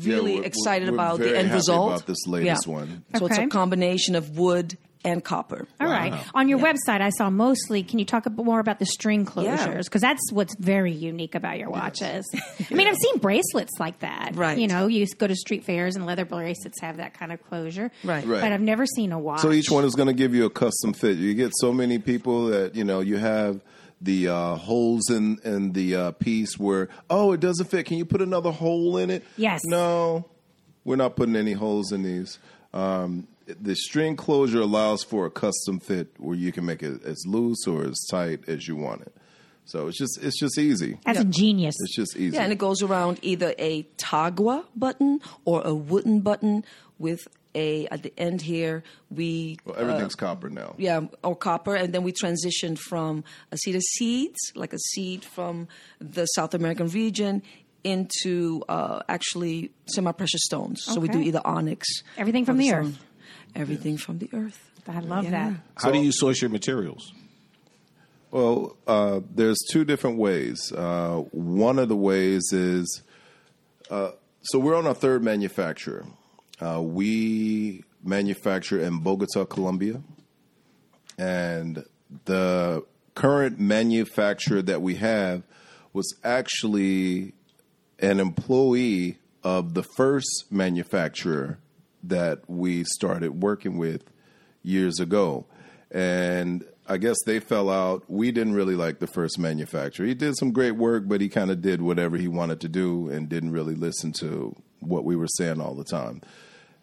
S3: Yeah,
S4: really
S3: we're- we're-
S4: excited
S3: we're
S4: about the
S3: very
S4: end
S3: happy
S4: result.
S3: About this latest one.
S4: So it's
S2: Okay.
S4: a combination of wood and copper.
S2: All right. On your website, I saw mostly. Can you talk a bit more about the string
S4: Yeah.
S2: closures? Because that's what's very unique about your watches. I mean, I've seen bracelets like that.
S4: Right.
S2: You know, you s- go to street fairs and leather bracelets have that kind of closure.
S4: Right.
S3: Right.
S2: But I've never seen a watch.
S3: So each one is going to give you a custom fit. You get so many people that you know you have the uh, holes in in the uh, piece where oh it doesn't fit. Can you put another hole in it?
S2: Yes.
S3: No, we're not putting any holes in these. Um, the string closure allows for a custom fit where you can make it as loose or as tight as you want it. So it's just it's just easy.
S2: That's ingenious.
S3: It's just easy.
S4: Yeah, and it goes around either a tagua button or a wooden button with a at the end here we
S3: well, everything's
S4: uh,
S3: copper now.
S4: yeah, um, or copper, and then we transitioned from a seed of seeds, like a seed from the South American region, into uh, actually semi-precious stones. So we
S2: Okay.
S4: do either onyx,
S2: Everything from
S4: or
S2: the
S4: stone.
S2: earth.
S4: everything from the earth.
S2: I love
S4: Yeah.
S2: that.
S1: How do you source your materials?
S3: Well, uh, there's two different ways. Uh, one of the ways is uh, so we're on our third manufacturer, Uh, we manufacture in Bogota, Colombia, and the current manufacturer that we have was actually an employee of the first manufacturer that we started working with years ago. And I guess they fell out. We didn't really like the first manufacturer. He did some great work, but he kind of did whatever he wanted to do and didn't really listen to what we were saying all the time.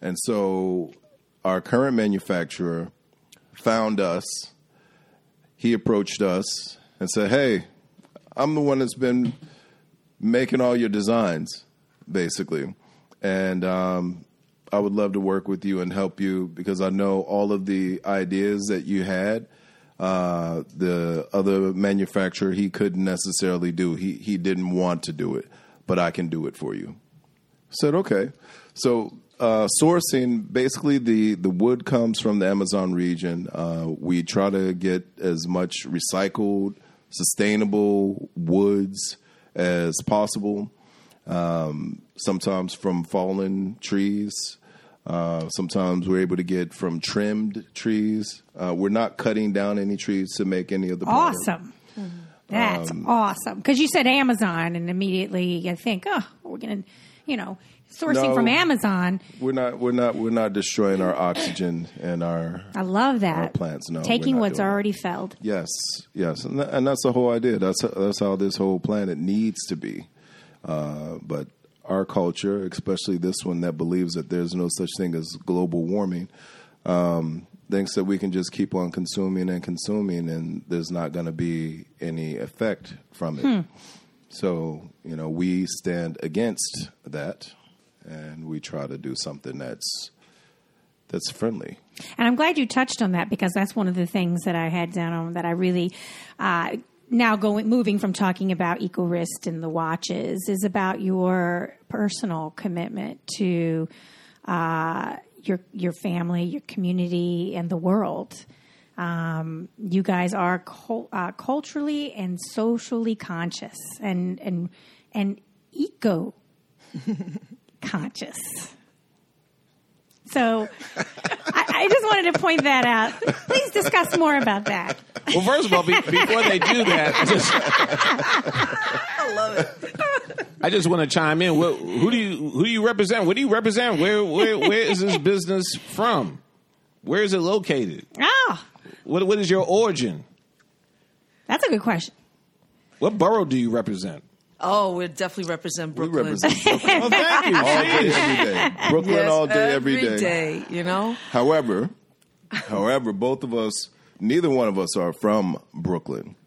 S3: And so our current manufacturer found us. He approached us and said, Hey, I'm the one that's been making all your designs, basically. And um, I would love to work with you and help you because I know all of the ideas that you had. Uh, the other manufacturer he couldn't necessarily do. He he didn't want to do it, but I can do it for you. Said okay. So uh, sourcing basically the the wood comes from the Amazon region. Uh, we try to get as much recycled, sustainable woods as possible. Um, sometimes from fallen trees. Uh, sometimes we're able to get from trimmed trees. Uh, we're not cutting down any trees to make any of the product.
S2: Awesome. That's
S3: Um,
S2: awesome. Because you said Amazon, and immediately you think, oh, we're going to, you know, sourcing
S3: No.
S2: from Amazon.
S3: We're not. We're not. We're not destroying our oxygen and our
S2: I love that.
S3: plants, no, we're
S2: Taking
S3: not
S2: what's
S3: doing that.
S2: already felled.
S3: Yes, yes, and, tha- and that's the whole idea. That's that's how this whole planet needs to be. Uh, but our culture, especially this one that believes that there's no such thing as global warming, um, thinks that we can just keep on consuming and consuming, and there's not going to be any effect from it. So you know, we stand against that, and we try to do something that's that's friendly.
S2: And I'm glad you touched on that because that's one of the things that I had down on that I really uh, now going moving from talking about eco wrist and the watches is about your personal commitment to uh, your your family, your community, and the world. Um, you guys are cul uh, culturally and socially conscious and and and eco conscious. So I, I just wanted to point that out. Please discuss more about that.
S1: Well, first of all, be, before they do that, just,
S4: I love it.
S1: I just want to chime in. What, who do you who do you represent? What do you represent? Where where where is this business from? Where is it located?
S2: Oh,
S1: What what is your origin?
S2: that's a good question.
S1: What borough do you represent?
S4: Oh, we definitely represent
S3: We
S4: Brooklyn.
S3: represent Brooklyn
S1: Well, thank you.
S3: all day,
S1: Jeez.
S3: every day. Brooklyn
S4: Yes,
S3: all day,
S4: every day. You know,
S3: However, however, both of us, neither one of us are from Brooklyn.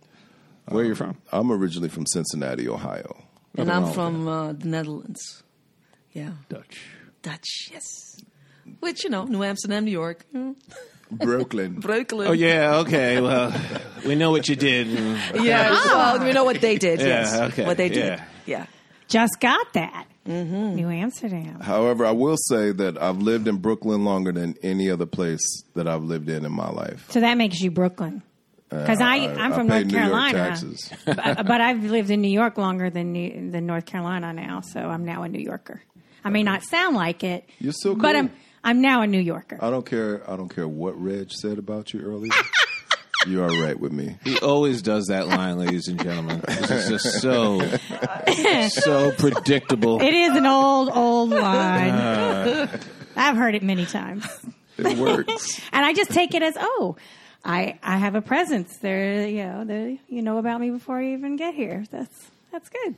S1: Where are you from?
S3: I'm originally from Cincinnati, Ohio.
S1: Nothing
S4: and
S1: wrong
S4: I'm
S1: with
S4: from uh, the Netherlands. Yeah,
S1: Dutch.
S4: Dutch. Yes. Which you know, New Amsterdam, New York, mm,
S3: Brooklyn.
S4: Brooklyn.
S1: Oh yeah. Okay. Well, we know what you did. and-
S4: Yeah, Ah, well, we know what they did. yes,
S1: okay,
S4: what they did.
S1: yeah.
S4: Yeah.
S2: Just got that.
S3: Mm-hmm.
S2: New Amsterdam.
S3: However, I will say that I've lived in Brooklyn longer than any other place that I've lived in in my life.
S2: So that makes you Brooklyn. Because I, I'm from
S3: Uh, I
S2: North
S3: paid New York
S2: Carolina,
S3: taxes.
S2: but, but I've lived in New York longer than New, than North Carolina now, so I'm now a New Yorker. I may not sound like it,
S3: You're so
S2: but
S3: cool. Uh,
S2: I'm I'm now a New Yorker.
S3: I don't care. I don't care what Reg said about you earlier. you are right with me.
S1: He always does that line, ladies and gentlemen. This is just so so predictable.
S2: It is an old old line.
S3: Uh,
S2: I've heard it many times.
S3: It works.
S2: and I just take it as oh, I I have a presence there. You know, there, you know about me before you even get here. That's that's good.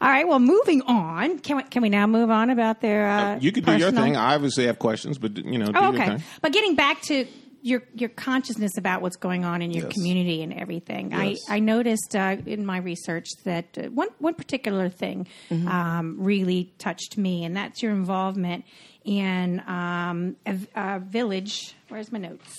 S2: All right. Well, moving on. Can we can we now move on about their? Uh,
S1: You could do your
S2: personal-
S1: thing. I obviously have questions, but you know, do
S2: Oh,
S1: your
S2: okay.
S1: thing.
S2: But getting back to your your consciousness about what's going on in your
S3: Yes.
S2: community and everything,
S3: Yes.
S2: I I noticed uh, in my research that uh, one one particular thing
S1: Mm-hmm.
S2: um, really touched me, and that's your involvement in um, a, a village. Where's my notes?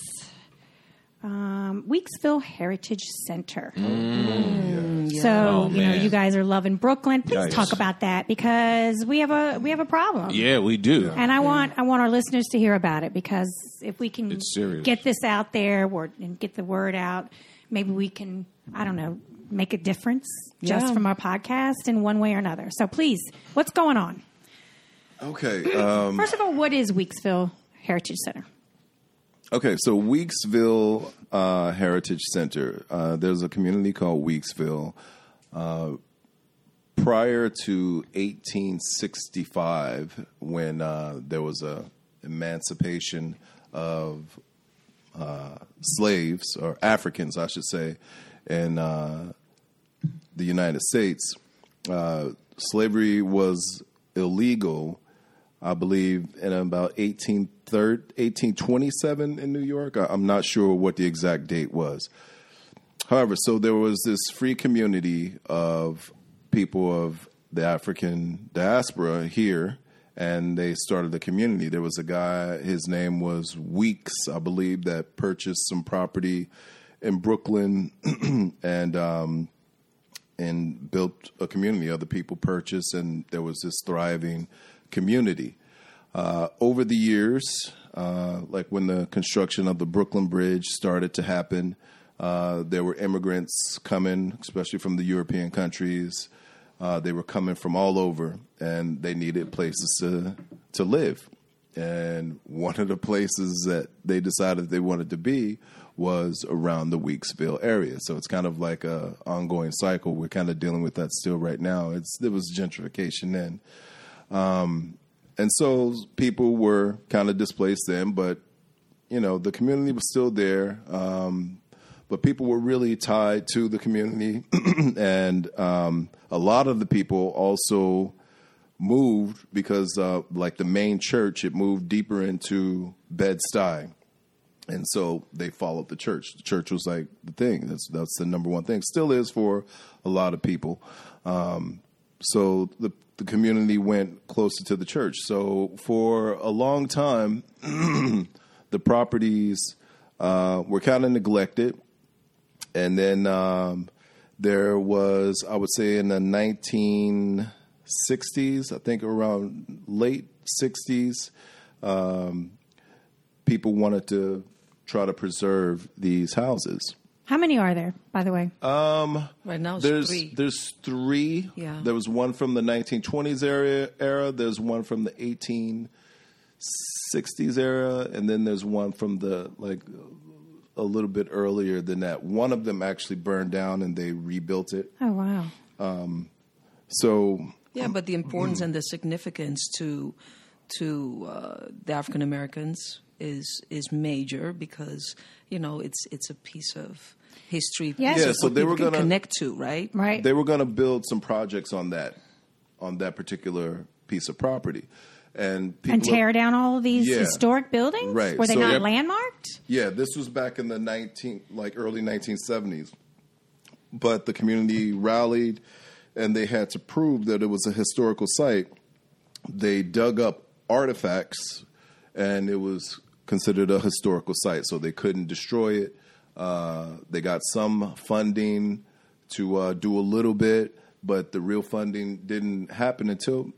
S2: Um, Weeksville Heritage Center. So
S1: Oh,
S2: you know
S1: man.
S2: you guys are loving Brooklyn. Please
S1: Yikes.
S2: talk about that because we have a we have a problem.
S1: Yeah, we do.
S2: And I want I want our listeners to hear about it because if we can
S1: It's serious.
S2: get this out there or, and get the word out, maybe we can I don't know make a difference just
S4: Yeah.
S2: from our podcast in one way or another. So please, what's going on?
S3: Okay. Um,
S2: First of all, what is Weeksville Heritage Center?
S3: Okay, so Weeksville uh, Heritage Center. Uh, there's a community called Weeksville. Uh, prior to 1865, when uh, there was a emancipation of uh, slaves or Africans, I should say, in uh, the United States, uh, slavery was illegal. I believe in about 1830 1827 in New York. I- I'm not sure what the exact date was. However, so there was this free community of people of the African diaspora here, and they started the community. There was a guy, his name was Weeks, I believe, that purchased some property in Brooklyn and um, and built a community. Other people purchased, and there was this thriving community. Uh, over the years, uh, like when the construction of the Brooklyn Bridge started to happen, uh, there were immigrants coming, especially from the European countries. Uh, they were coming from all over, and they needed places to to live. And one of the places that they decided they wanted to be was around the Weeksville area. So it's kind of like a ongoing cycle. We're kind of dealing with that still right now. It's there was gentrification then, and so people were kind of displaced then, but you know the community was still there. Um, but people were really tied to the community, and um, a lot of the people also moved because, uh, like the main church, it moved deeper into Bed Stuy, and so they followed the church. The church was like the thing. That's that's the number one thing. Still is for a lot of people. Um, so the the community went closer to the church. So for a long time, the properties uh, were kind of neglected, and then um, there was, I would say, in the 1960s, I think around late 60s, people wanted to try to preserve these houses.
S2: How many are there, by the way?
S3: Uh,
S4: Right now, it's
S3: There's
S4: three.
S3: there's three.
S4: Yeah.
S3: There was one from the 1920s era, era. There's one from the 1860s era, and then there's one from the like a little bit earlier than that. One of them actually burned down, and they rebuilt it.
S2: oh wow.
S3: So
S4: Yeah, but the importance and the significance to to uh, the African Americans is is major because you know it's it's a piece of history.
S2: Yeah,
S4: piece of
S3: so
S4: what
S3: they
S4: people
S3: were
S4: can
S3: gonna-
S4: connect to right.
S2: Right.
S3: They were going to build some projects on that, on that particular piece of property, and people
S2: and tear down all of these
S3: Yeah.
S2: historic buildings?
S3: Right,
S2: Were they
S3: so-
S2: not
S3: Yep.
S2: landmarked?
S3: Yeah, this was back in the nineteen, like early nineteen seventies. But the community rallied, and they had to prove that it was a historical site. They dug up artifacts, and it was considered a historical site, so they couldn't destroy it. Uh, they got some funding to uh, do a little bit, but the real funding didn't happen until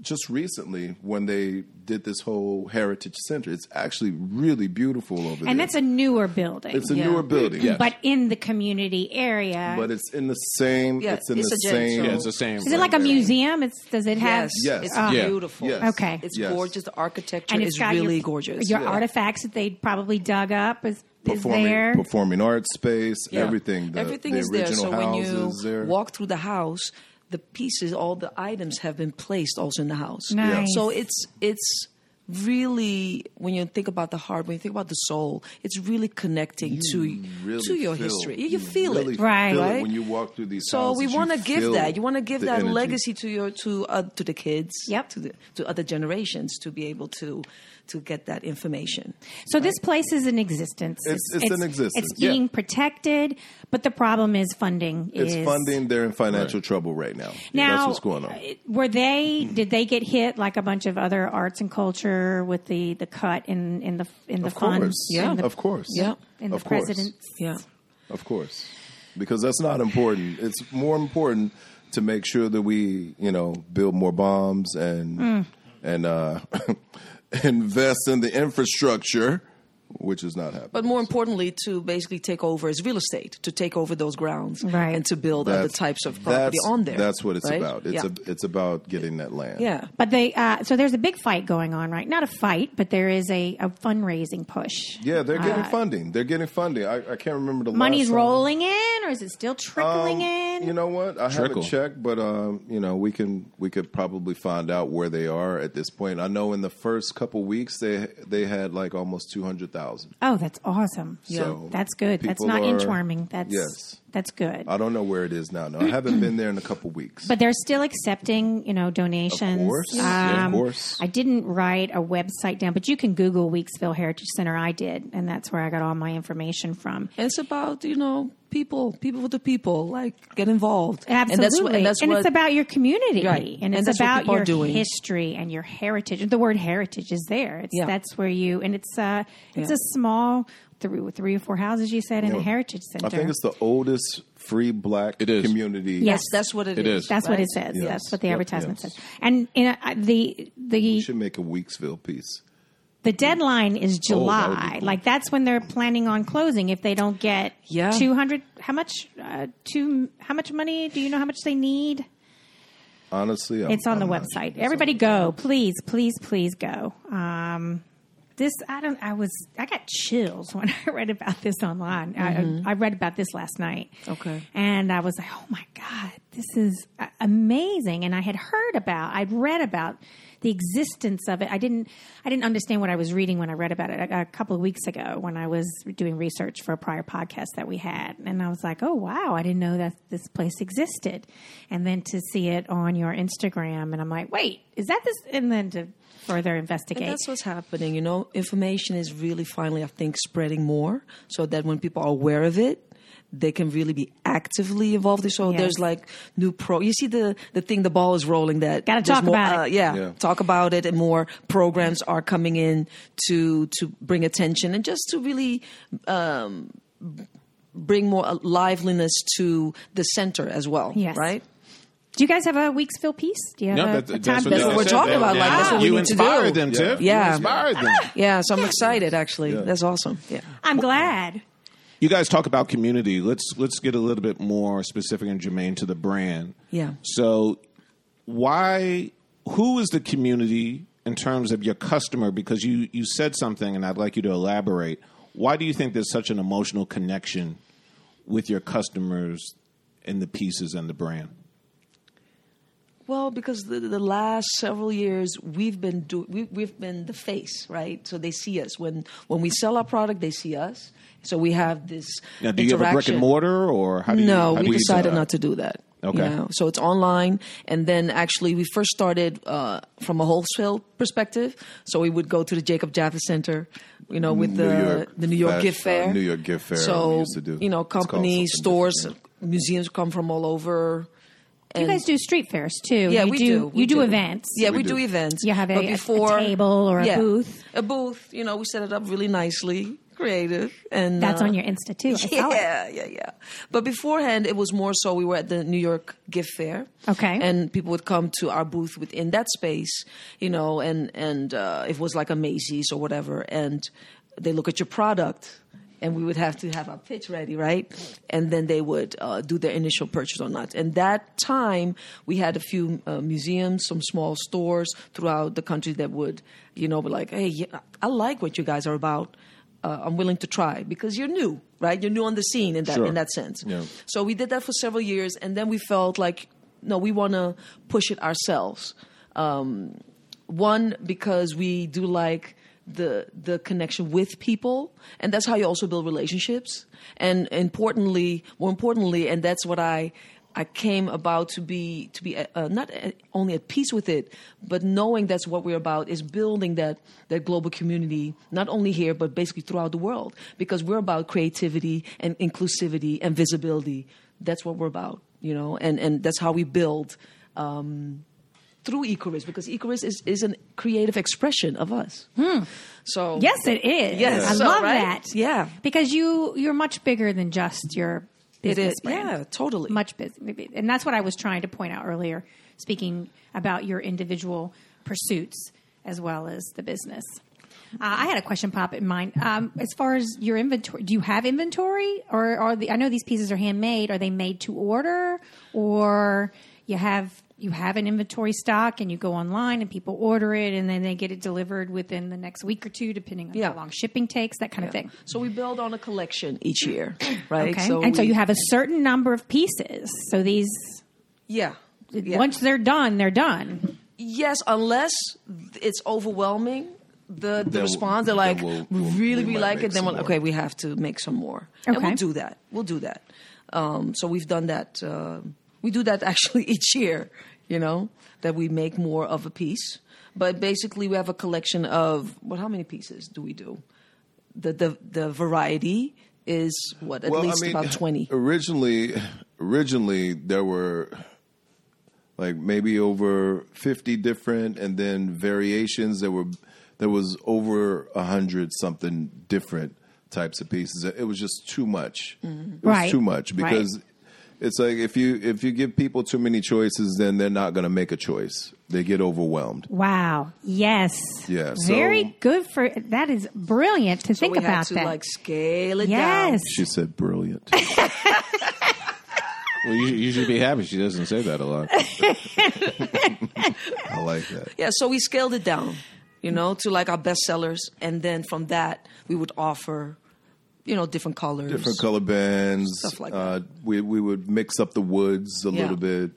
S3: just recently when they did this whole heritage center. It's actually really beautiful over there.
S2: And that's a newer building.
S3: It's a
S4: Yeah.
S3: newer building, yes.
S2: But in the community area.
S3: but it's in the same.
S4: Yeah,
S3: it's in
S4: it's
S3: the
S4: adjacent,
S3: same.
S4: so-
S1: Yeah, it's the same.
S2: is it like a museum? It's does it have
S4: Yes,
S3: Yes.
S4: it's
S3: Ah.
S1: Yeah.
S4: beautiful.
S3: Yes.
S2: Okay.
S4: it's
S3: Yes.
S4: gorgeous. The architecture
S2: and
S4: is really
S2: your,
S4: gorgeous.
S2: Your
S3: Yeah.
S2: artifacts that they probably dug up is, is
S3: Performing,
S2: there.
S3: performing arts space,
S4: Yeah.
S3: everything. The,
S4: everything
S3: the
S4: is there.
S3: original
S4: So when
S3: house
S4: you
S3: is there.
S4: walk through the house, the pieces, all the items have been placed also in the house.
S2: Nice.
S4: So it's it's really when you think about the heart, when you think about the soul, it's really connecting to
S3: really
S4: to your
S3: feel-
S4: history. You, you feel
S3: really
S4: it.
S3: feel
S2: Right.
S3: it
S4: Right?
S3: when you walk through these.
S4: So we want to give that. You want to give that
S3: legacy.
S4: legacy to your to uh, to the kids,
S2: Yep.
S4: to the, to other generations to be able to to get that information.
S2: So this place is in existence.
S3: It's- it's in existence,
S2: It's
S3: yeah.
S2: being protected, but the problem is funding.
S3: It's
S2: is,
S3: funding. They're in financial trouble right now.
S2: Now,
S3: That's what's going on.
S2: uh, Were they? Did they get hit like a bunch of other arts and culture with the the cut in in the in the
S3: Of
S2: funds?
S3: course.
S4: Yeah.
S2: in the,
S3: Of course.
S4: Yeah.
S2: in
S3: of
S2: the
S3: course.
S2: president's
S4: Yeah.
S3: Of course. Because that's not important. It's more important to make sure that we, you know, build more bombs
S4: Mm.
S3: and and uh, invest in the infrastructure which is not happening.
S4: But more importantly, to basically take over is real estate, to take over those grounds
S2: Right.
S4: and to build other
S3: That's-
S4: types of property
S3: that's-
S4: on there.
S3: That's what it's
S4: right?
S3: about. It's
S4: yeah.
S3: a, it's about getting that land.
S4: yeah.
S2: But they uh, so there's a big fight going on, right? Not a fight, but there is a, a fundraising push.
S3: Yeah, they're getting
S2: Uh,
S3: funding. They're getting funding. I, I can't remember the
S2: Money's
S3: last time.
S2: rolling in, or is it still trickling in?
S3: Um, You know what? I
S1: Trickle.
S3: haven't checked, but um, you know, we can we could probably find out where they are at this point. I know in the first couple weeks they they had like almost two hundred thousand.
S2: oh, that's awesome.
S3: So
S2: that's good. That's
S3: people
S2: not
S3: are-
S2: inchwarming. That's
S3: Yes. Uh,
S2: that's good.
S3: I don't know where it is now. No, I haven't been there in a couple weeks.
S2: But they're still accepting, you know, donations. Um,
S3: Of course. Yeah, of course.
S2: I didn't write a website down, but you can Google Weeksville Heritage Center. I did, and that's where I got all my information from.
S4: And It's about, you know, people, people with the people, like get involved.
S2: Absolutely,
S4: And that's what, and that's what
S2: it's about your community,
S4: Right.
S2: and
S4: And
S2: it's
S4: that's what
S2: about
S4: people are
S2: your
S4: doing.
S2: history and your heritage. The word heritage is there. It's,
S4: Yeah.
S2: That's where you, and it's uh, it's
S4: Yeah.
S2: a small three, three or four houses. You said in the
S3: Yeah.
S2: heritage center.
S3: I think it's the oldest free black
S1: It is.
S3: community.
S2: Yes.
S4: that's what
S1: It is.
S2: that's what
S4: right?
S2: it says.
S3: Yes.
S2: That's what the
S3: Yep,
S2: advertisement
S3: yes.
S2: says. And you know, I- the the
S3: We should make a Weeksville piece.
S2: The deadline is
S3: Oh, that would be
S2: July.
S3: cool.
S2: Like that's when they're planning on closing if they don't get
S4: Yeah.
S2: 200 how much uh, two how much money do you know how much they need?
S3: Honestly, I'm,
S2: It's on
S3: I'm
S2: the
S3: not sure.
S2: website.
S3: It's
S2: Everybody
S3: on-
S2: go, please, please, please go. Um this I don't I was I got chills when I read about this online. I, I read about this last night.
S4: Mm-hmm. Okay.
S2: And I was like, "Oh my god, this is a- amazing." And I had heard about, I'd read about the existence of it. I didn't I didn't understand what I was reading when I read about it a, a couple of weeks ago when I was doing research for a prior podcast that we had. And I was like, "Oh wow, I didn't know that this place existed." And then to see it on your Instagram and I'm like, "Wait, is that this?" And then to further
S4: And
S2: investigate.
S4: that's what's happening. You know, information is really finally, I think, spreading more so that when people are aware of it, they can really be actively involved. So
S2: Yes.
S4: there's like new pro. You see the the thing, the ball is rolling. That
S2: Gotta
S4: there's
S2: talk
S4: more,
S2: about it.
S4: uh, Yeah,
S3: Yeah.
S4: talk about it, and more programs are coming in to to bring attention and just to really um, bring more uh, liveliness to the center as well.
S2: Yes.
S4: right.
S2: Do you guys have a Weeksville piece? Do you have
S1: No,
S2: a,
S1: that,
S2: a
S1: that's
S2: time
S1: what they
S4: That's what
S1: said.
S4: we're
S2: business?
S4: talking
S1: They-
S4: about, like,
S1: yeah.
S4: that's what we
S1: you
S4: need to
S1: inspired
S4: do.
S1: them, Tiff.
S4: Yeah.
S1: You inspired them.
S4: Yeah, so I'm excited. Actually, that's awesome. Yeah.
S2: I'm glad.
S1: You guys talk about community. Let's let's get a little bit more specific and germane to the brand.
S4: Yeah.
S1: So, why? Who is the community in terms of your customer? Because you you said something, and I'd like you to elaborate. Why do you think there's such an emotional connection with your customers and the pieces and the brand?
S4: Well, because the, the last several years we've been do, we, we've been the face, right? So they see us when when we sell our product, they see us. So we have this.
S1: Now, do you have a brick and
S4: interaction.
S1: mortar, or how do you?
S4: No,
S1: how do
S4: we
S1: you
S4: decided
S1: decide?
S4: not to do that.
S1: Okay.
S4: So it's online, and then actually we first started uh, from a wholesale perspective. So we would go to the Jacob Javits Center, you know, with
S3: New
S4: the
S3: York
S4: the New York
S3: Fashion-
S4: Gift Fair,
S3: uh, New York Gift Fair, we
S4: So
S3: used to do.
S4: you know,
S3: It's called
S4: companies,
S3: something
S4: stores,
S3: different,
S4: museums come from all over.
S2: You guys do street fairs too.
S4: Yeah,
S2: you
S4: we
S2: do.
S4: do. We
S2: you do,
S4: do.
S2: events.
S4: Yeah, we,
S3: do.
S4: do. events.
S2: You have a-
S4: But
S2: a- a table or a
S4: yeah,
S2: booth?
S4: A booth. You know, we set it up really nicely, creative, and
S2: That's
S4: uh,
S2: on your Insta too. I saw it.
S4: Yeah, yeah, yeah. But beforehand, it was more so we were at the New York Gift Fair.
S2: Okay.
S4: And people would come to our booth within that space, you know, and and uh, it was like a Macy's or whatever, and they look at your product. And we would have to have our pitch ready, right? And then they would uh, do their initial purchase or not. And that time, we had a few uh, museums, some small stores throughout the country that would, you know, be like, "Hey, yeah, I like what you guys are about uh, I'm willing to try because you're new, right? You're new on the scene in that
S1: Sure.
S4: in that sense.
S3: Yeah.
S4: So we did that for several years, and then we felt like, no, we want to push it ourselves. Um, one because we do like the the connection with people, and that's how you also build relationships. And importantly, more importantly, and that's what I. I came about to be to be uh, not uh, only at peace with it, but knowing that's what we're about is building that that global community, not only here but basically throughout the world, because we're about creativity and inclusivity and visibility. That's what we're about, you know, and and that's how we build um, through Icarus, because Icarus is is a creative expression of us. So
S2: Hmm. Yes, it is.
S4: Yes.
S2: I
S4: So,
S2: love
S4: right?
S2: that.
S4: Yeah.
S2: because you you're much bigger than just your
S4: it
S2: business
S4: is.
S2: brand.
S4: Yeah, totally.
S2: much business, and that's what I was trying to point out earlier, speaking about your individual pursuits as well as the business. Uh, I had a question pop in mind. Um, as far as your inventory, do you have inventory, or are the? I know these pieces are handmade. Are they made to order, or you have you have an inventory stock and you go online and people order it and then they get it delivered within the next week or two, depending on
S4: Yeah.
S2: how long shipping takes, that kind of thing.
S4: So we build on a collection each year, right?
S2: Okay, and so
S4: we-
S2: you have a certain number of pieces. So these,
S4: yeah. yeah.
S2: once they're done, they're done.
S4: Yes, unless it's overwhelming, the, the
S3: Then
S4: response, they're
S3: we'll-
S4: like,
S3: then we'll-
S4: we
S3: we'll-
S4: really,
S3: we
S4: we
S3: might
S4: like
S3: make
S4: it, then
S3: some
S4: we'll,
S3: more.
S4: okay, we have to make some more. And
S2: Okay.
S4: we'll do that. We'll do that. Um, so we've done that. Uh, we do that actually each year, you know, that we make more of a piece. But basically, we have a collection of, well, how many pieces do we do? The, the, the variety is, what, at least about 20.
S3: Originally, originally there were like maybe over fifty different, and then variations. There were there was over a hundred something different types of pieces. It was just too much.
S4: Mm-hmm.
S3: It was
S2: Right.
S3: too much
S2: Right.
S3: because it's like if you if you give people too many choices, then they're not going to make a choice. They get overwhelmed.
S2: Wow. Yes.
S3: Yeah, so-
S2: Very good for that is brilliant to think
S4: we
S2: about
S4: had to
S2: that.
S4: like scale it down.
S2: yes.
S3: She said, "Brilliant."
S1: Well, you, you should be happy she doesn't say that a lot.
S3: I like that.
S4: Yeah, so we scaled it down, you know, to like our best sellers, and then from that we would offer, you know, different colors.
S3: different color bands.
S4: Stuff like
S3: Uh, we we would mix up the woods a
S4: Yeah.
S3: little bit,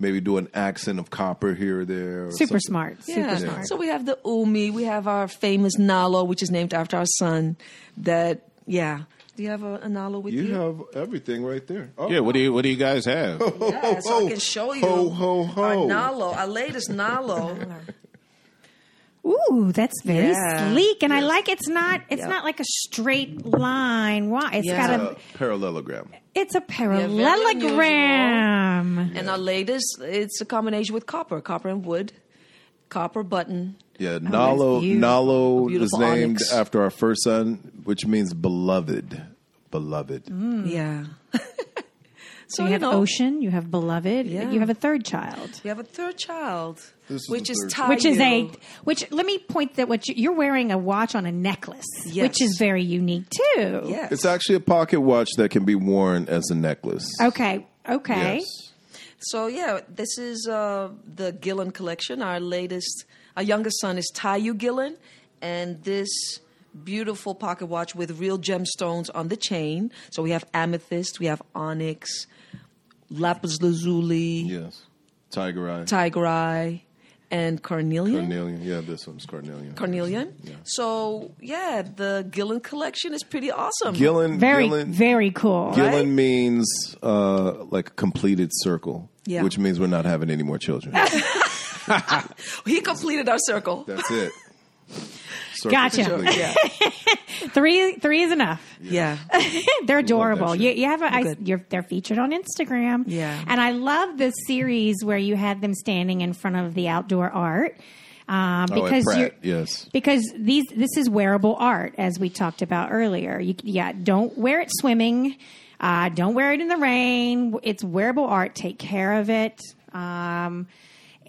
S3: maybe do an accent of copper here or there. Or
S2: Super
S3: something.
S2: smart. Super
S4: Yeah.
S2: smart.
S4: So we have the umi, we have our famous nalo, which is named after our son. That yeah. Do you have a, a nalo with you?
S3: You have everything right there. Oh,
S1: Yeah, what do you what do you guys have?
S4: Yeah, so I can show you
S3: Ho, ho, ho.
S4: our nalo, our latest nalo.
S2: Ooh, that's very
S4: Yeah.
S2: sleek, and I like it's not it's
S4: Yeah.
S2: not like a straight line. Why? It's
S4: Yeah.
S2: got
S3: uh,
S2: a
S3: parallelogram.
S2: it's a
S4: unusual.
S2: parallelogram.
S4: and our latest, it's a combination with copper, copper and wood, copper button.
S3: Yeah, Nalo.
S4: Oh, beautiful. A
S3: Nalo is
S4: beautiful
S3: named
S4: onyx.
S3: after our first son, which means beloved. Beloved.
S4: Mm. Yeah.
S2: So you, have
S4: know,
S2: ocean, you have beloved,
S4: Yeah.
S2: you have a third child.
S4: We have a third child,
S3: This is
S4: which
S3: the
S4: is
S3: third
S4: Tayo.
S3: child.
S2: Which is a which let me point that what you, you're wearing a watch on a necklace,
S4: Yes.
S2: which is very unique too.
S4: yes.
S3: It's actually a pocket watch that can be worn as a necklace.
S2: Okay. Okay.
S3: Yes.
S4: so yeah, this is uh, the Gillen collection. Our latest, our youngest son is Tayu Gillen, and this beautiful pocket watch with real gemstones on the chain. So we have amethyst, we have onyx, lapis lazuli,
S3: Yes. Tiger eye.
S4: tiger eye, and carnelian.
S3: Carnelian. Yeah, this one's carnelian.
S4: Carnelian. So yeah, the Gillen collection is pretty awesome.
S3: Gillen.
S2: Very
S3: Gillen,
S2: very cool.
S3: Gillen
S4: Right?
S3: means uh, like a completed circle,
S4: Yeah.
S3: which means we're not having any more children.
S4: He completed our circle.
S3: That's it. Circle
S2: Gotcha.
S3: complete.
S4: Yeah.
S2: Three three is enough.
S4: yeah.
S2: they're adorable.
S3: shit.
S2: You, you have a, I,
S4: Good.
S2: you're, they're featured on Instagram.
S4: Yeah.
S2: and I love this series where you had them standing in front of the outdoor art um,
S3: Oh, at
S2: because
S3: Pratt,
S2: you
S3: yes.
S2: because these this is wearable art as we talked about earlier. You, yeah, don't wear it swimming. Uh, don't wear it in the rain. It's wearable art. Take care of it. Um,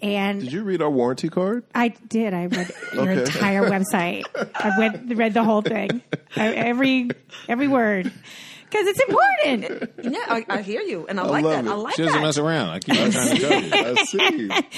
S2: and
S3: Did you read our warranty card?
S2: I did. I read your
S3: Okay.
S2: entire website. I read, read the whole thing, I- every every word, because it's important.
S4: Yeah, I, I hear you, and I, like
S3: love
S4: that. I
S3: it.
S4: like
S1: She doesn't
S4: that.
S1: mess around. I keep on trying to tell you.
S3: I see.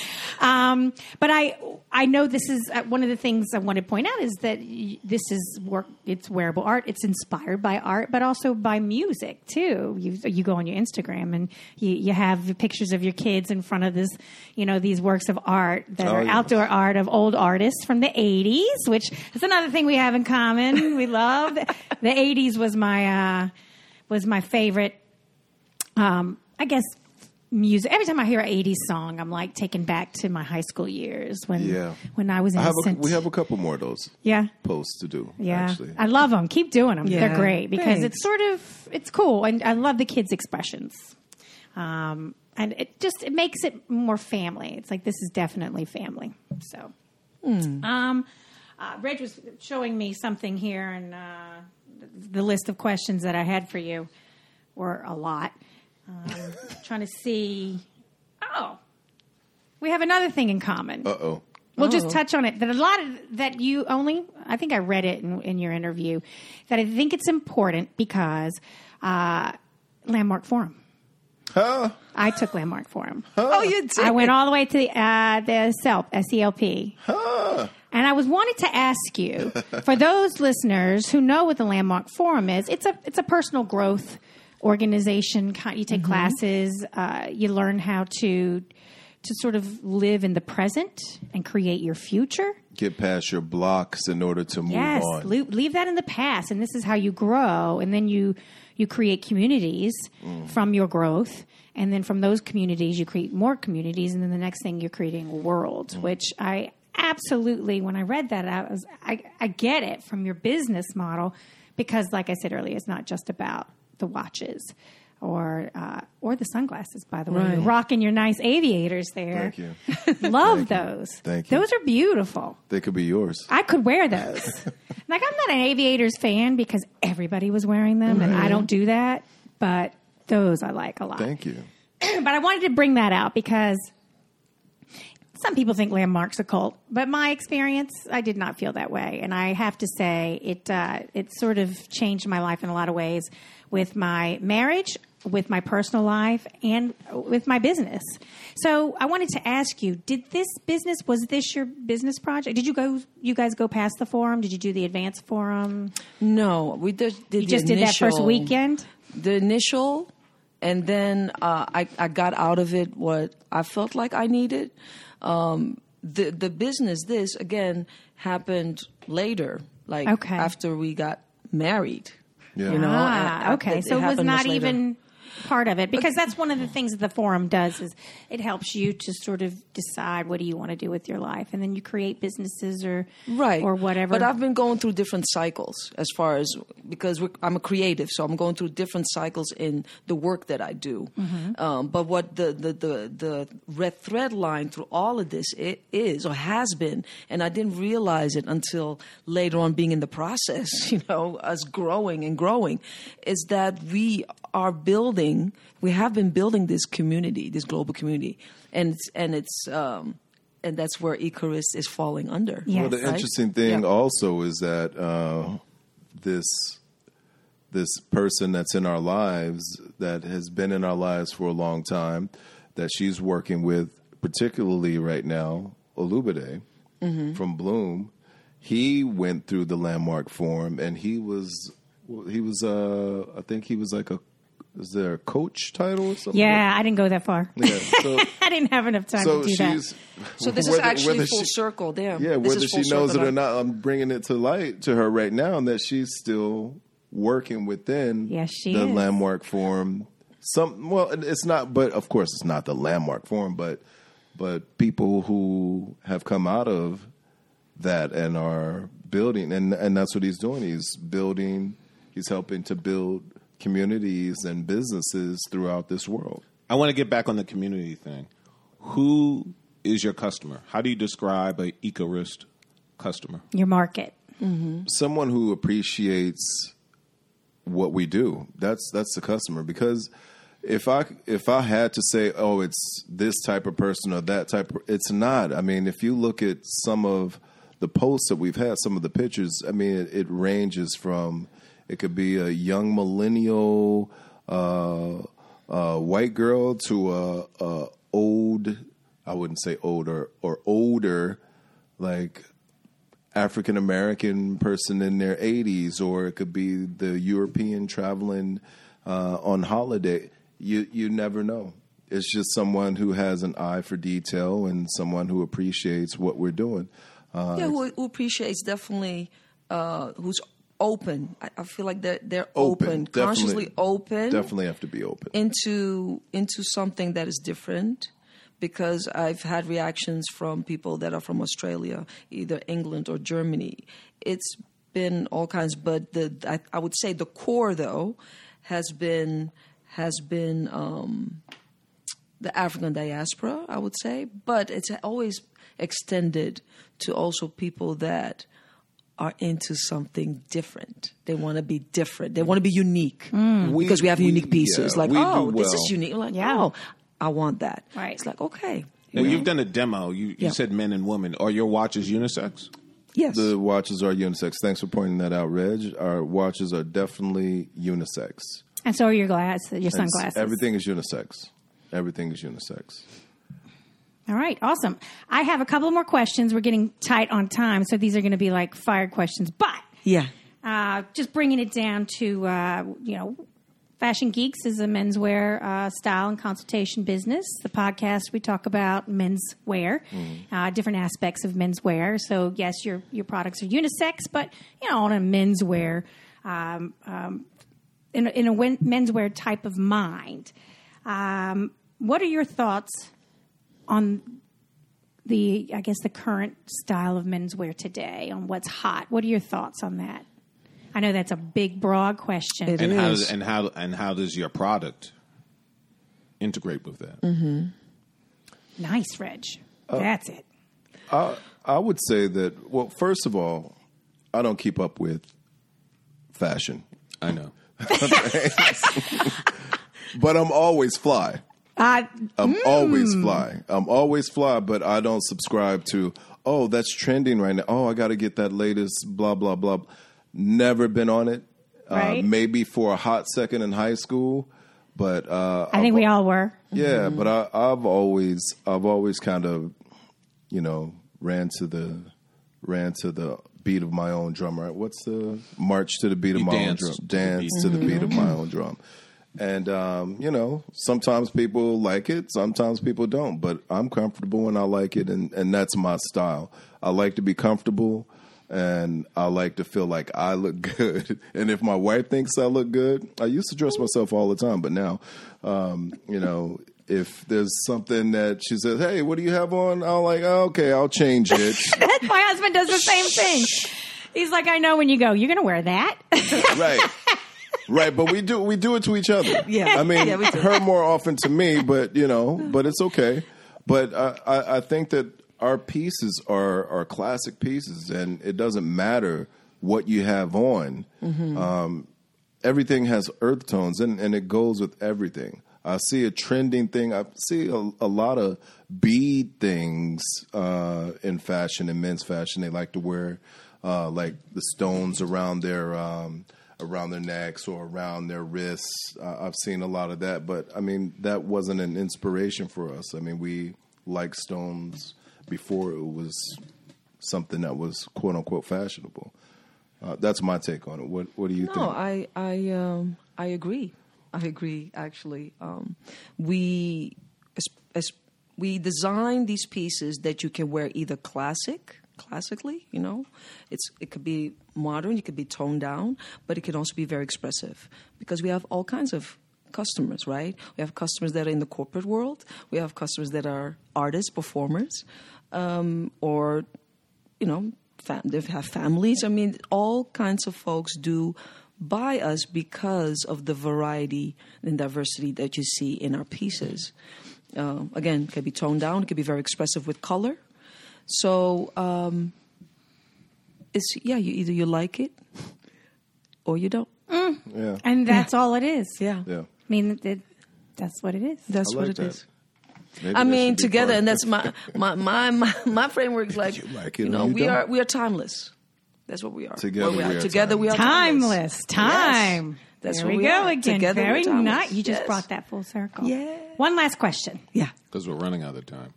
S2: Um, but I I know this is uh, one of the things I want to point out is that y- this is work. It's wearable art. It's inspired by art, but also by music too. You you go on your Instagram and you, you have pictures of your kids in front of this, you know, these works of art that are
S3: yeah.
S2: outdoor art of old artists from the '80s, which is another thing we have in common. We love the, the '80s was my uh, was my favorite um, I guess music. Every time I hear an '80s song, I'm like taken back to my high school years when
S3: Yeah.
S2: when I was
S3: I have a,
S2: innocent.
S3: we have a couple more of those
S2: yeah.
S3: posts to do.
S2: Yeah,
S3: Actually.
S2: I love them. Keep doing them.
S4: Yeah.
S2: They're great because
S4: Thanks.
S2: it's sort of it's cool, and I love the kids' expressions. Um, and it just it makes it more family. It's like this is definitely family. So,
S4: Hmm.
S2: um, uh, Reg was showing me something here, and uh, the list of questions that I had for you were a lot. Um, trying to see. Oh, we have another thing in common.
S3: Uh oh.
S2: We'll just touch on it. That a lot of that you only, I think I read it in, in your interview, that I think it's important because uh, Landmark Forum. I took Landmark Forum.
S4: Oh, you did.
S2: I went all the way to the, uh, the SELP, SELP. And I was wanted to ask you for those listeners who know what the Landmark Forum is. It's a it's a personal growth organization. Ki- You take classes. Uh, you learn how to to sort of live in the present and create your future.
S3: Get past your blocks in order to move
S2: Yes,
S3: on.
S2: leave, leave that in the past, and this is how you grow, and then you you create communities
S3: Mm.
S2: from your growth, and then from those communities you create more communities, and then the next thing you're creating a world,
S3: Mm.
S2: which I absolutely when I read that I was I, I get it from your business model because like I said earlier, it's not just about the watches. Or uh, or the sunglasses, by the way. You're
S4: Right.
S2: rocking your nice aviators there.
S3: Thank you.
S2: Love those.
S3: Thank you.
S2: Those are beautiful.
S3: They could be yours.
S2: I could wear those. like I'm not an aviators fan because everybody was wearing them, and I don't do that. But those I like a lot.
S3: Thank you.
S2: but I wanted to bring that out because some people think landmarks a cult, but my experience, I did not feel that way, and I have to say it. Uh, it sort of changed my life in a lot of ways with my marriage, with my personal life, and with my business. So I wanted to ask you: Did this business was this your business project? Did you go? You guys go past the forum? Did you do the advanced forum?
S4: No, we just did.
S2: You
S4: the
S2: just did that first
S4: initial-
S2: weekend.
S4: The initial, and then uh, I I got out of it what I felt like I needed. Um, the the business this again happened later, like
S2: Okay.
S4: after we got married.
S3: Yeah.
S4: You know,
S2: Ah,
S4: I- I-
S2: okay.
S4: it-
S2: so it was
S4: happened
S2: not
S4: much later.
S2: even part of it because that's one of the things that the forum does is it helps you to sort of decide what do you want to do with your life and then you create businesses or
S4: right
S2: or whatever.
S4: But I've been going through different cycles as far as because we're, I'm a creative, so I'm going through different cycles in the work that I do.
S2: Mm-hmm.
S4: Um, but what the, the the the red thread line through all of this it is or has been, and I didn't realize it until later on being in the process. You know, us growing and growing, is that we are building. We have been building this community, this global community, and it's, and it's. Um, and that's where Icarus is falling under.
S2: Yes.
S3: Well, the
S4: Right?
S3: interesting thing
S4: Yeah.
S3: also is that uh, this this person that's in our lives that has been in our lives for a long time that she's working with, particularly right now, Olubide
S4: Mm-hmm.
S3: from Bloom. He went through the landmark form, and he was he was uh, I think he was like a is there a coach title or something?
S2: yeah, I didn't go that far.
S3: Yeah, so,
S2: I didn't have enough time
S3: so
S2: to do
S3: she's
S4: So this
S3: whether-
S4: is actually
S3: whether
S4: full
S3: she-
S4: circle. Damn.
S3: yeah,
S4: This
S3: whether
S4: is full
S3: she knows it
S4: circle.
S3: or not, I'm bringing it to light to her right now, and that she's still working within
S2: Yes, she
S3: the
S2: is.
S3: landmark form. Some well, it- it's not, but of course, it's not the landmark form, but but people who have come out of that and are building, and and that's what he's doing. He's building. He's helping to build communities and businesses throughout this world.
S1: I want to get back on the community thing. Who is your customer? How do you describe a Icarist customer?
S2: that. Your market.
S3: someone who appreciates what we do. That's that's the customer because if I if I had to say oh it's this type of person or that type of, it's not. I mean if you look at some of the posts that we've had, some of the pictures, I mean it, it ranges from it could be a young millennial uh, uh, white girl to a, a old I wouldn't say older or older like African American person in their 80s, or it could be the European traveling uh, on holiday. You you never know. It's just someone who has an eye for detail and someone who appreciates what we're doing.
S4: Yeah, who, who appreciates definitely uh, who's open. I, I feel like they're they're
S3: Open,
S4: open,
S3: definitely.
S4: consciously open.
S3: Definitely have to be open.
S4: into into something that is different because I've had reactions from people that are from Australia, either England or Germany. It's been all kinds, but the I, I would say the core though has been has been um, the African diaspora, I would say, but it's always extended to also people that are into something different. They want to be different. They want to be unique because we have
S3: we-
S4: unique pieces.
S3: yeah,
S4: like,
S3: we do
S4: oh, this
S3: well.
S4: is unique. Like,
S2: Mm. Yeah.
S4: oh, I want that.
S2: Right.
S4: It's like, okay,
S1: Now, you've done a demo. You, you
S4: Yeah.
S1: said men and women. Are your watches unisex?
S4: Yes.
S3: The watches are unisex. Thanks for pointing that out, Reg. Our watches are definitely unisex.
S2: And so are your glasses, your
S3: And
S2: sunglasses.
S3: Everything is unisex. Everything is unisex.
S2: All right, awesome. I have a couple more questions. We're getting tight on time, so these are going to be like fire questions. But
S4: yeah.
S2: uh, just bringing it down to uh, you know fashion geeks is a menswear uh, style and consultation business the podcast we talk about menswear uh, different aspects of menswear so yes your your products are unisex but you know on a menswear um, um, in, a- in a win- menswear type of mind um, what are your thoughts on the I guess the current style of menswear today on what's hot. What are your thoughts on that? I know that's a big broad question.
S4: It
S1: And how
S4: is.
S1: and how and how does your product integrate with that?
S2: Nice, Reg.
S4: Uh,
S2: that's it.
S3: I would say that, well, first of all, I don't keep up with fashion,
S1: I know.
S3: but I'm always fly.
S2: Uh,
S3: I'm always fly. I'm always fly, but I don't subscribe to, oh, that's trending right now. Oh, I got to get that latest blah, blah, blah. Never been on it.
S2: Right.
S3: Uh, maybe for a hot second in high school, but uh,
S2: I think we all were.
S3: Yeah, but I, I've always I've always kind of you know ran to the ran to the beat of my own drum. Right? What's the march to the beat of
S1: You
S3: my own
S1: dance
S3: drum?
S1: to the
S3: Dance
S1: beat.
S3: to the beat of my own drum. And um, you know, sometimes people like it, sometimes people don't. But I'm comfortable and I like it, and and that's my style. I like to be comfortable. And I like to feel like I look good. And if my wife thinks I look good, I used to dress myself all the time, but now um, you know, if there's something that she says, "Hey, what do you have on?" I'm like, oh, "Okay, I'll change it."
S2: My husband does the same thing. He's like, I know when you go, you're going to wear that.
S3: right, right. But we do we do it to each other.
S4: Yeah.
S3: I mean,
S4: Yeah, we do.
S3: her more often to me, but you know, but it's okay. But I, I, I think that our pieces are are classic pieces, and it doesn't matter what you have on.
S4: Mm-hmm.
S3: Um, everything has earth tones and, and it goes with everything. I see a trending thing. I see a, a lot of bead things uh, in fashion, in men's fashion. They like to wear uh, like the stones around their um, around their necks or around their wrists. Uh, I've seen a lot of that, but I mean that wasn't an inspiration for us. I mean we like stones before it was something that was quote unquote fashionable. Uh, that's my take on it. What What do you think?
S4: No, I I um, I agree. I agree. Actually, um, we as, as we design these pieces that you can wear either classic, classically, you know, it's it could be modern, it could be toned down, but it can also be very expressive because we have all kinds of customers, right? We have customers that are in the corporate world. We have customers that are artists, performers, um, or you know, fam- they have families. I mean, all kinds of folks do buy us because of the variety and diversity that you see in our pieces. Uh, again, it can be toned down, it can be very expressive with color. So um, it's yeah, you either you like it or you don't.
S3: Yeah.
S2: and that's all it is.
S4: Yeah,
S3: Yeah.
S2: I mean, it, that's what it is.
S4: that's
S3: I
S4: what
S3: like
S4: it is.
S3: that. Maybe
S4: I
S3: that
S4: mean,
S3: should be
S4: together,
S3: part-
S4: and that's my my my my, my framework is like
S3: You
S4: you,
S3: like it or
S4: know
S3: you
S4: we
S3: don't.
S4: are we are timeless. That's what we are.
S3: Together
S4: What
S3: we are
S4: together we are
S2: Timeless.
S4: timeless.
S2: Time.
S4: Yes. That's
S2: there
S4: what
S2: we,
S4: we,
S2: go
S4: are.
S2: again.
S4: Together
S2: Very
S4: we're timeless.
S2: nice. You just
S4: Yes.
S2: brought that full circle.
S4: Yeah.
S2: One last question.
S4: Yeah.
S1: Because we're running out of time.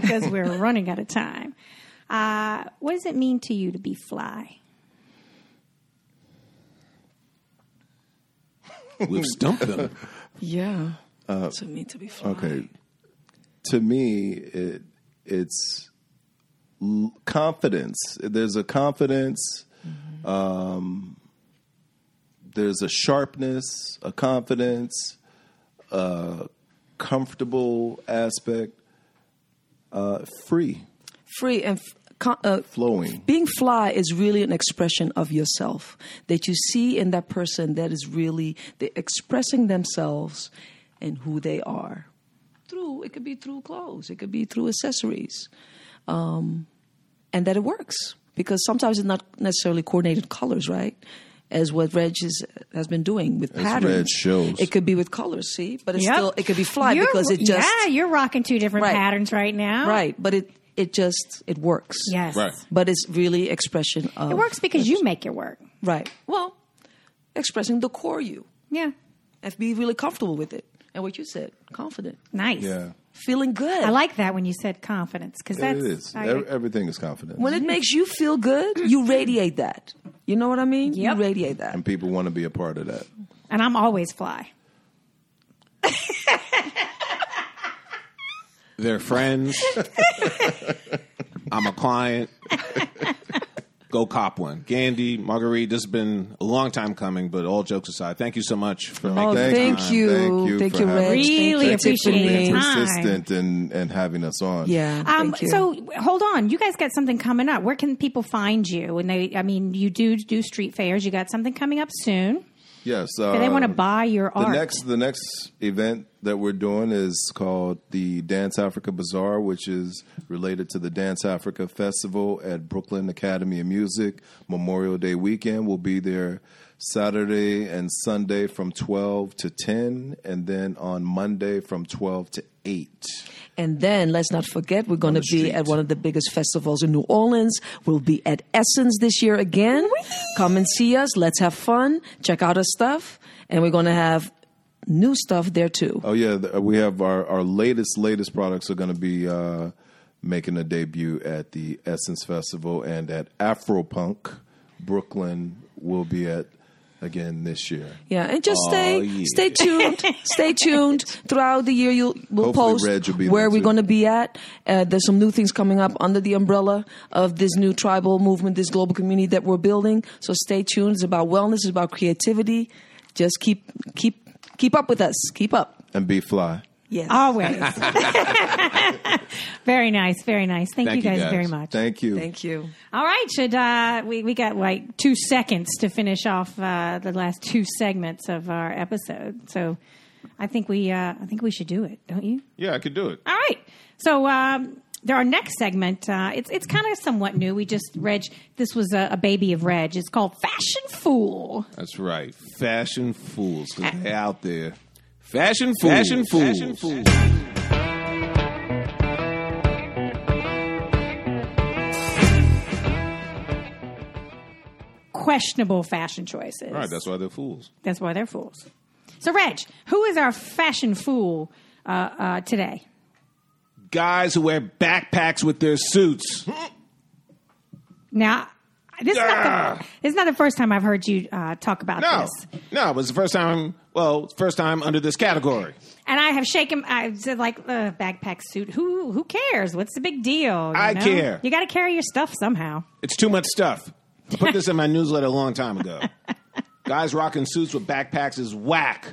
S2: because we're running out of time. Uh, what does it mean to you to be fly?
S1: We've stumped them.
S4: Yeah. Uh, to me to be fly.
S3: okay. To me, it it's l- confidence. There's a confidence.
S4: Mm-hmm.
S3: Um, there's a sharpness, a confidence, a comfortable aspect, uh, free,
S4: Free and f- con- uh,
S3: flowing.
S4: being fly is really an expression of yourself that you see in that person that is really they're expressing themselves and who they are through it could be through clothes it could be through accessories um, and that it works because sometimes it's not necessarily coordinated colors right as what Reg is, has been doing with patterns.
S3: Reg shows.
S4: It could be with colors, see, but it's
S2: Yep.
S4: still it could be fly
S2: You're-
S4: because it just
S2: yeah, you're rocking two different
S4: Right.
S2: patterns right now.
S4: right. But it it just it works.
S2: Yes.
S1: Right.
S4: But it's really expression of
S2: It works because you make it work.
S4: right. Well, expressing the core you
S2: Yeah.
S4: and be really comfortable with it. And what you said, confident,
S2: Nice.
S3: Yeah.
S4: feeling good.
S2: I like that when you said confidence because that's
S3: it is.
S2: I-
S3: Ev- everything is confident.
S4: when it makes you feel good, you radiate that. You know what I mean?
S2: Yep.
S4: You radiate that.
S3: and people want to be a part of that.
S2: and I'm always fly.
S1: They're friends. I'm a client. Go cop one. Gandhi, Marguerite, this has been a long time coming, but all jokes aside, thank you so much for making
S4: Oh,
S1: the
S4: thank
S1: time.
S4: you.
S3: Thank you
S4: Thank
S3: for
S4: you,
S3: having
S4: Reg.
S3: us.
S2: Really
S4: Thank you for
S2: appreciate
S4: being-
S2: your
S3: Being
S2: time.
S3: persistent and, and having us on.
S4: Yeah.
S2: Um,
S4: thank you.
S2: so w- hold on, you guys got something coming up. Where can people find you? And they, I mean, you do do street fairs. You got something coming up soon.
S3: Yes.
S2: Do they want to
S3: uh,
S2: buy your
S3: The
S2: art.
S3: next the next event that we're doing is called the Dance Africa Bazaar, which is related to the Dance Africa Festival at Brooklyn Academy of Music Memorial Day weekend. We'll be there Saturday and Sunday from twelve to ten, and then on Monday from twelve to eight.
S4: And then let's not forget, we're going
S3: the
S4: to be
S3: street.
S4: at one of the biggest festivals in New Orleans. We'll be at Essence this year again. Come and see us. Let's have fun. Check out our stuff. And we're going to have new stuff there too.
S3: Oh yeah, th- we have our our latest latest products are going to be. Uh, Making a debut at the Essence Festival and at Afropunk Brooklyn will be at again this year.
S4: Yeah, and just
S1: Oh,
S4: stay
S1: yeah.
S4: stay tuned. stay tuned throughout the year. You'll we'll
S3: Hopefully
S4: post
S3: Reg will be
S4: where
S3: there,
S4: we're
S3: too.
S4: going to be at. Uh, there's some new things coming up under the umbrella of this new tribal movement, this global community that we're building. So stay tuned. It's about wellness. It's about creativity. Just keep keep keep up with us. Keep up.
S3: and be fly.
S4: Yes.
S2: Always. very nice. Very nice. Thank,
S1: Thank
S2: you
S1: you,
S2: guys,
S1: guys.
S2: very much.
S3: Thank you.
S4: Thank you.
S2: All right, should uh, we we got like two seconds to finish off uh, the last two segments of our episode? So, I think we uh, I think we should do it, don't you?
S1: Yeah, I could do it.
S2: All right. So um, there, our next segment, uh, it's it's kind of somewhat new. We just Reg, this was a, a baby of Reg. It's called Fashion Fool.
S1: That's right. Fashion fools, 'cause they're out there. Fashion fools. Fashion fools. Fashion fools.
S2: Questionable fashion choices.
S1: All right, that's why they're fools.
S2: That's why they're fools. So Reg, who is our fashion fool uh, uh, today?
S1: Guys who wear backpacks with their suits.
S2: Now, this is, not
S1: Ah.
S2: the, this is not the first time I've heard you uh, talk about
S1: No,
S2: this,
S1: no, it was the first time. Well, first time under this category.
S2: and I have shaken. I said like uh, backpack suit. Who who cares? What's the big deal? You
S1: I care.
S2: You got to carry your stuff somehow.
S1: It's too much stuff. I put this in my newsletter a long time ago. Guys rocking suits with backpacks is whack.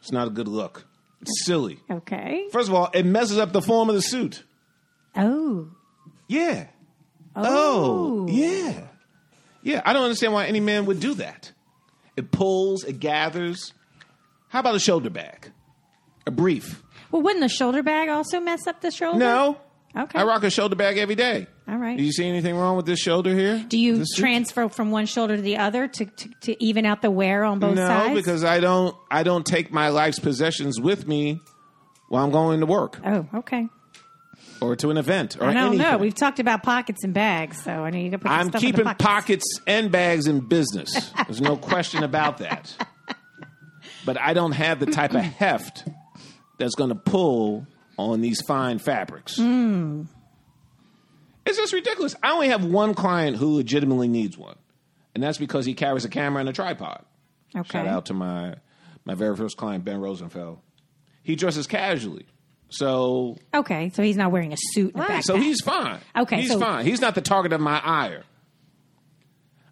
S1: It's not a good look. It's silly.
S2: Okay.
S1: First of all, it messes up the form of the suit.
S2: Oh.
S1: Yeah.
S2: Oh.
S1: yeah. Yeah, I don't understand why any man would do that. It pulls, it gathers. How about a shoulder bag? A brief.
S2: Well, wouldn't the shoulder bag also mess up the shoulder?
S1: No.
S2: Okay.
S1: I rock a shoulder bag every day.
S2: All right.
S1: Do you see anything wrong with this shoulder here?
S2: Do you
S1: This suit?
S2: transfer from one shoulder to the other to, to, to even out the wear on both
S1: no,
S2: sides?
S1: because I don't I don't take my life's possessions with me while I'm going to work
S2: oh, okay.
S1: or to an event or
S2: I don't
S1: anything.
S2: know. We've talked about pockets and bags, so I know you can put your
S1: I'm
S2: stuff
S1: keeping
S2: in the pockets.
S1: pockets and bags in business. There's no question about that. But I don't have the type of heft that's going to pull on these fine fabrics.
S2: Hmm.
S1: It's just ridiculous. I only have one client who legitimately needs one, and that's because he carries a camera and a tripod.
S2: Okay.
S1: Shout out to my my very first client, Ben Rosenfeld. He dresses casually, so
S2: Okay, so he's not wearing a suit. And a
S1: Right, so
S2: backpack.
S1: he's fine.
S2: Okay,
S1: he's
S2: so-
S1: fine. He's not the target of my ire.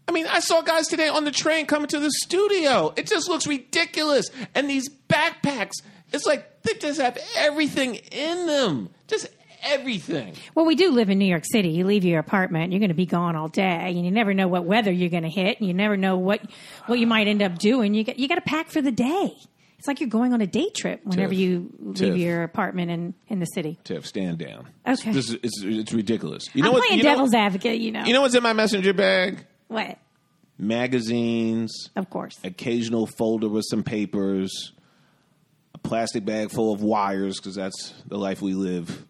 S1: I mean, I saw guys today on the train coming to the studio. It just looks ridiculous. And these backpacks, it's like they just have everything in them. Just everything.
S2: Well, we do live in New York City. You leave your apartment, you're going to be gone all day, and you never know what weather you're going to hit, and you never know what what you might end up doing. You got, you got to pack for the day. It's like you're going on a day trip whenever
S1: Tiff.
S2: you leave
S1: Tiff.
S2: your apartment in, in the city.
S1: Tiff, stand down.
S2: Okay.
S1: This is, it's, it's ridiculous. You
S2: I'm
S1: know what,
S2: playing
S1: you know-
S2: devil's advocate, you know.
S1: You know what's in my messenger bag?
S2: what?
S1: magazines,
S2: Of course.
S1: occasional folder with some papers, a plastic bag full of wires because that's the life we live,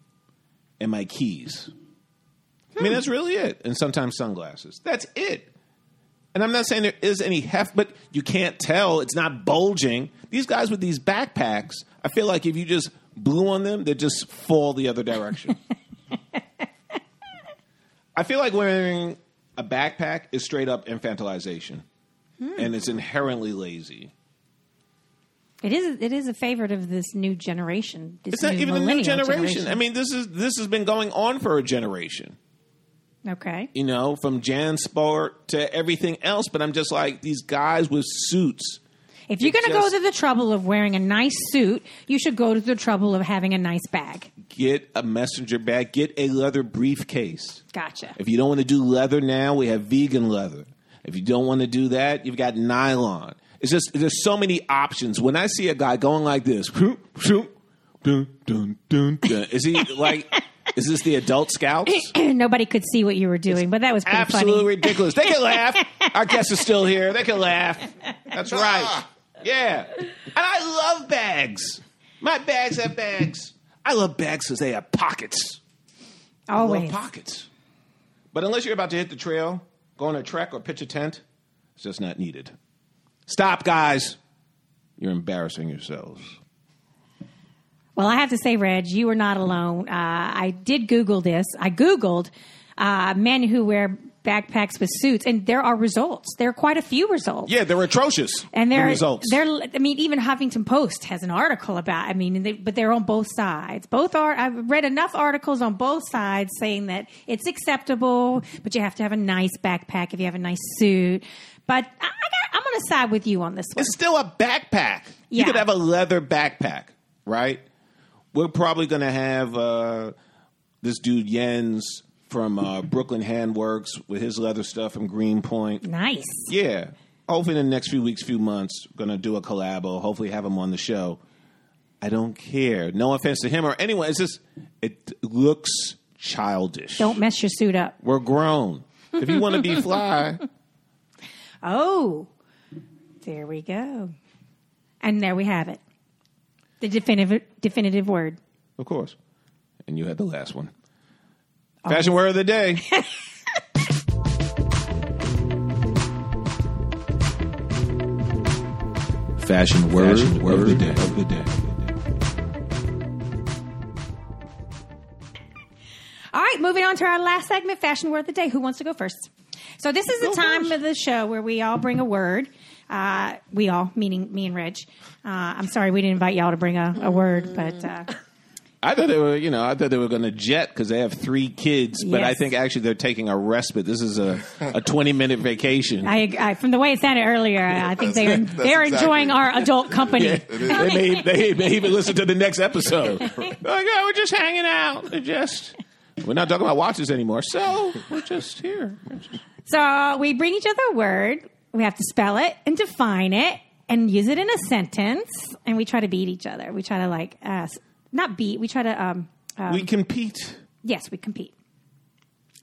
S1: and my keys. I mean, that's really it. And sometimes sunglasses. That's it. And I'm not saying there is any heft, but you can't tell. It's not bulging. These guys with these backpacks, I feel like if you just blew on them, they just fall the other direction. I feel like wearing a backpack is straight up infantilization, and it's inherently lazy.
S2: It is it is a favorite of this new generation. This
S1: It's not
S2: new
S1: even a new
S2: millennial
S1: generation. I mean, this is this has been going on for a generation.
S2: okay.
S1: You know, from Jan Sport to everything else. But I'm just like these guys with suits.
S2: If you're
S1: it
S2: going to go
S1: just-
S2: to the trouble of wearing a nice suit, you should go to the trouble of having a nice bag.
S1: Get a messenger bag. Get a leather briefcase.
S2: Gotcha.
S1: If you don't want to do leather now, we have vegan leather. If you don't want to do that, you've got nylon. It's just there's so many options. When I see a guy going like this, dun, dun, dun, dun, is he like? is this the adult scouts?
S2: Nobody could see what you were doing, but that was pretty
S1: Absolutely
S2: funny.
S1: ridiculous. They can laugh. Our guest is still here. They can laugh. That's right. Yeah. And I love bags. My bags have bags. I love bags because they have pockets. Love
S2: Always.
S1: pockets. But unless you're about to hit the trail, go on a trek or pitch a tent, it's just not needed. Stop, guys. You're embarrassing yourselves.
S2: Well, I have to say, Reg, you were not alone. Uh, I did Google this. I Googled uh, men who wear backpacks with suits, and there are results. There are quite a few results.
S1: Yeah, they're atrocious.
S2: And they're,
S1: the results.
S2: they're, I mean, even Huffington Post has an article about, I mean, and they, but they're on both sides. Both are, I've read enough articles on both sides saying that it's acceptable, but you have to have a nice backpack if you have a nice suit. But I, I got, I'm going to side with you on this one.
S1: It's still a backpack. You
S2: Yeah.
S1: could have a leather backpack, right? We're probably going to have uh, this dude Jens from uh, Brooklyn Handworks with his leather stuff from Greenpoint.
S2: nice.
S1: Yeah. Hopefully, in the next few weeks, few months, going to do a collabo. Hopefully, have him on the show. I don't care. No offense to him or anyone. It's just, it looks childish.
S2: Don't mess your suit up.
S1: We're grown. If you want to be fly,
S2: Oh, there we go. And there we have it. The definitive definitive word.
S1: Of course. And you had the last one.
S2: Um,
S1: Fashion word of the day. Fashion word, of, the day. of the day.
S2: All right, moving on to our last segment, Fashion Word of the Day. Who wants to go first? So this is the
S1: Go
S2: time
S1: first.
S2: of the show where we all bring a word. Uh, we all, meaning me and Reg. Uh, I'm sorry we didn't invite y'all to bring a, a word, but uh,
S1: I thought they were, you know, I thought they were going to jet because they have three kids, but I
S2: Yes.
S1: think actually they're taking a respite. This is a, a 20 minute vacation.
S2: I, I, from the way it sounded earlier, I think they're
S3: That's- that's
S2: they're
S3: exactly-
S2: enjoying our adult company.
S1: they, may, they may even listen to the next episode. like, oh, we're just hanging out. We're just, we're not talking about watches anymore. So we're just here. We're just-
S2: So we bring each other a word. We have to spell it and define it and use it in a sentence. And we try to beat each other. We try to like uh, s- not beat. We try to um, uh,
S1: we compete.
S2: yes, we compete.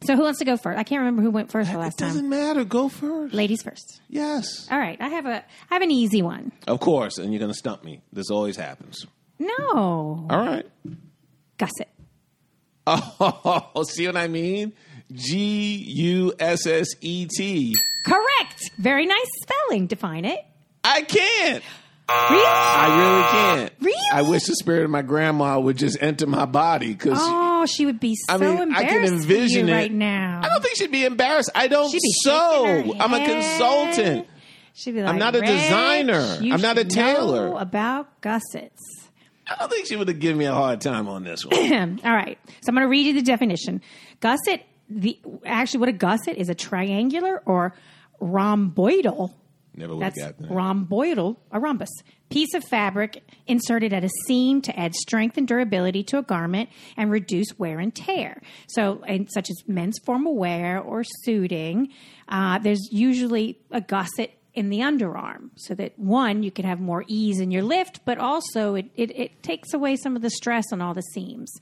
S2: So who wants to go first? I can't remember who went first the last
S1: it doesn't
S2: time.
S1: matter. Go first.
S2: Ladies first.
S1: yes.
S2: All right, I have a I have an easy one.
S1: Of course, and you're going to stump me. This always happens.
S2: No,
S1: All right.
S2: gusset.
S1: Oh, see what I mean? G U S S E T.
S2: Correct. Very nice spelling. Define it.
S1: I can't.
S2: Really?
S1: I really can't.
S2: Really?
S1: I wish the spirit of my grandma would just enter my body because
S2: Oh, she would be so
S1: I mean, I
S2: embarrassed
S1: can envision it
S2: for you right now.
S1: I don't think she'd be embarrassed. I don't
S2: She'd be
S1: sew.
S2: shaking her
S1: I'm a
S2: head.
S1: consultant.
S2: She'd be like,
S1: not a
S2: "Reg,
S1: designer.
S2: you
S1: I'm not a
S2: should
S1: tailor."
S2: know about gussets.
S1: I don't think she would have given me a hard time on this one.
S2: All right. So I'm going to read you the definition. Gusset, the actually, what a gusset is a triangular or rhomboidal.
S1: Never would have
S2: That's
S1: gotten that.
S2: rhomboidal, a rhombus. Piece of fabric inserted at a seam to add strength and durability to a garment and reduce wear and tear. So, and such as men's formal wear or suiting, uh, there's usually a gusset in the underarm so that one, you can have more ease in your lift, but also it, it, it takes away some of the stress on all the seams.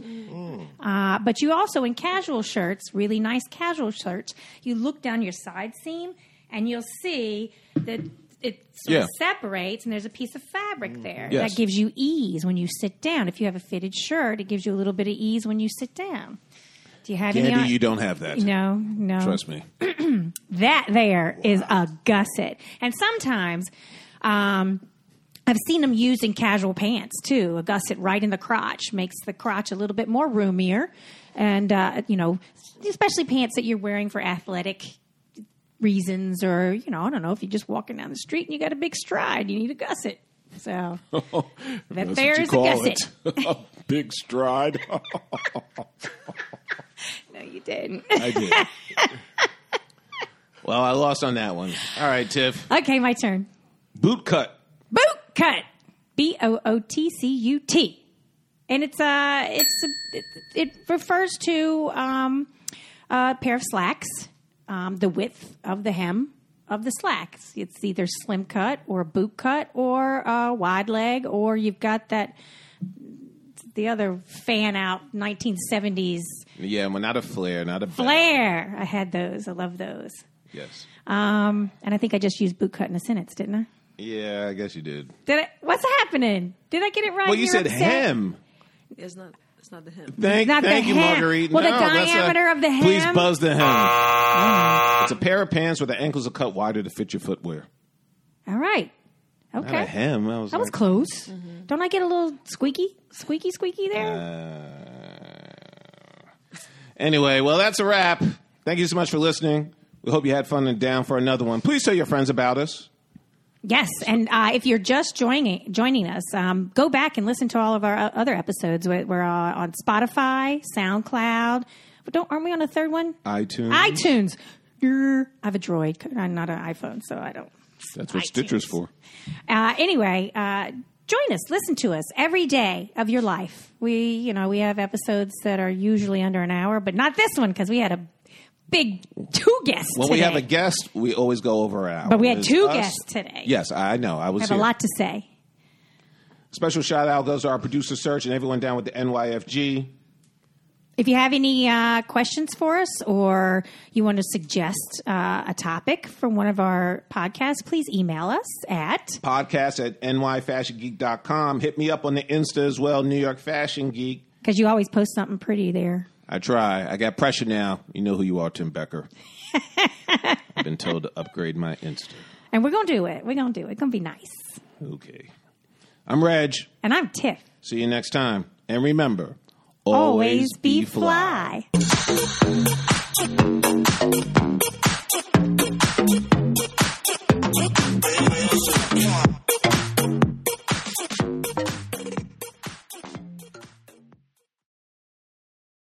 S2: Uh, but you also, in casual shirts, really nice casual shirts, you look down your side seam and you'll see that it sort of separates and there's a piece of fabric there
S1: Yes.
S2: that gives you ease when you sit down. If you have a fitted shirt, it gives you a little bit of ease when you sit down. Do you have any?
S1: Andy,
S2: on-
S1: you don't have that.
S2: no, no.
S1: Trust me.
S2: That there is a gusset. And sometimes um, I've seen them used in casual pants too. A gusset right in the crotch makes the crotch a little bit more roomier. And, uh, you know, especially pants that you're wearing for athletic reasons or, you know, I don't know, if you're just walking down the street and you got a big stride, you need a gusset. So
S1: That's
S2: that
S1: what
S2: there
S1: you
S2: is a
S1: call
S2: gusset.
S1: it. Big stride.
S2: No, you didn't.
S1: I did. well, I lost on that one. All right, Tiff.
S2: okay, my turn.
S1: Boot cut.
S2: Boot cut. B O O T C U T. And it's uh it's it, it refers to um, a pair of slacks, um, the width of the hem of the slacks. It's either slim cut or boot cut or a wide leg or you've got that the other fan out 1970s
S1: Yeah, well, not a flare, not a bend.
S2: flare. I had those. I love those.
S1: Yes.
S2: Um, and I think I just used boot cut in a sentence, didn't I?
S1: Yeah, I guess you did.
S2: Did I, what's happening? Did I get it right?
S1: Well, you
S2: You're
S1: said
S2: upset?
S1: hem.
S4: It's not. It's not the hem.
S1: Thank,
S2: Not the
S1: thank you,
S2: hem.
S1: Marguerite.
S2: Well, the
S1: No, that's a-
S2: diameter of the hem. Ah.
S1: Please buzz the hem. It's a pair of pants where the ankles are cut wider to fit your footwear.
S2: All right. Okay.
S1: Not a hem. I was,
S2: That was
S1: like,
S2: close. Don't I get a little squeaky, squeaky, squeaky there?
S1: Uh, Anyway, well, that's a wrap. Thank you so much for listening. We hope you had fun and down for another one. Please tell your friends about us.
S2: Yes, and uh, if you're just joining joining us, um, go back and listen to all of our o- other episodes. We're, we're uh, on Spotify, SoundCloud. But don't aren't we on a third one?
S1: iTunes.
S2: iTunes. Grr. I have a Droid. I'm not an iPhone, so I don't.
S1: That's what
S2: iTunes.
S1: Stitcher's for.
S2: Uh, anyway, uh, join us, listen to us every day of your life. We, you know, we have episodes that are usually under an hour, but not this one because we had a big two guests.
S1: When we
S2: today.
S1: have a guest, we always go over an hour.
S2: but we had
S1: It's
S2: two
S1: us-
S2: guests today.
S1: Yes, I know. I was
S2: I have
S1: here.
S2: a lot to say.
S1: Special shout out goes to our producer Serge and everyone down with the NYFG.
S2: If you have any uh, questions for us or you want to suggest uh, a topic from one of our podcasts, please email us at
S1: Podcast at nyfashiongeek.com. Hit me up on the Insta as well, New York Fashion Geek.
S2: because you always post something pretty there.
S1: I try. I got pressure now. You know who you are, Tim Becker. I've been told to upgrade my Insta.
S2: And we're going to do it. We're going to do it. It's going to be nice.
S1: Okay. I'm Reg.
S2: And I'm Tiff.
S1: See you next time. And remember,
S2: Always, be fly.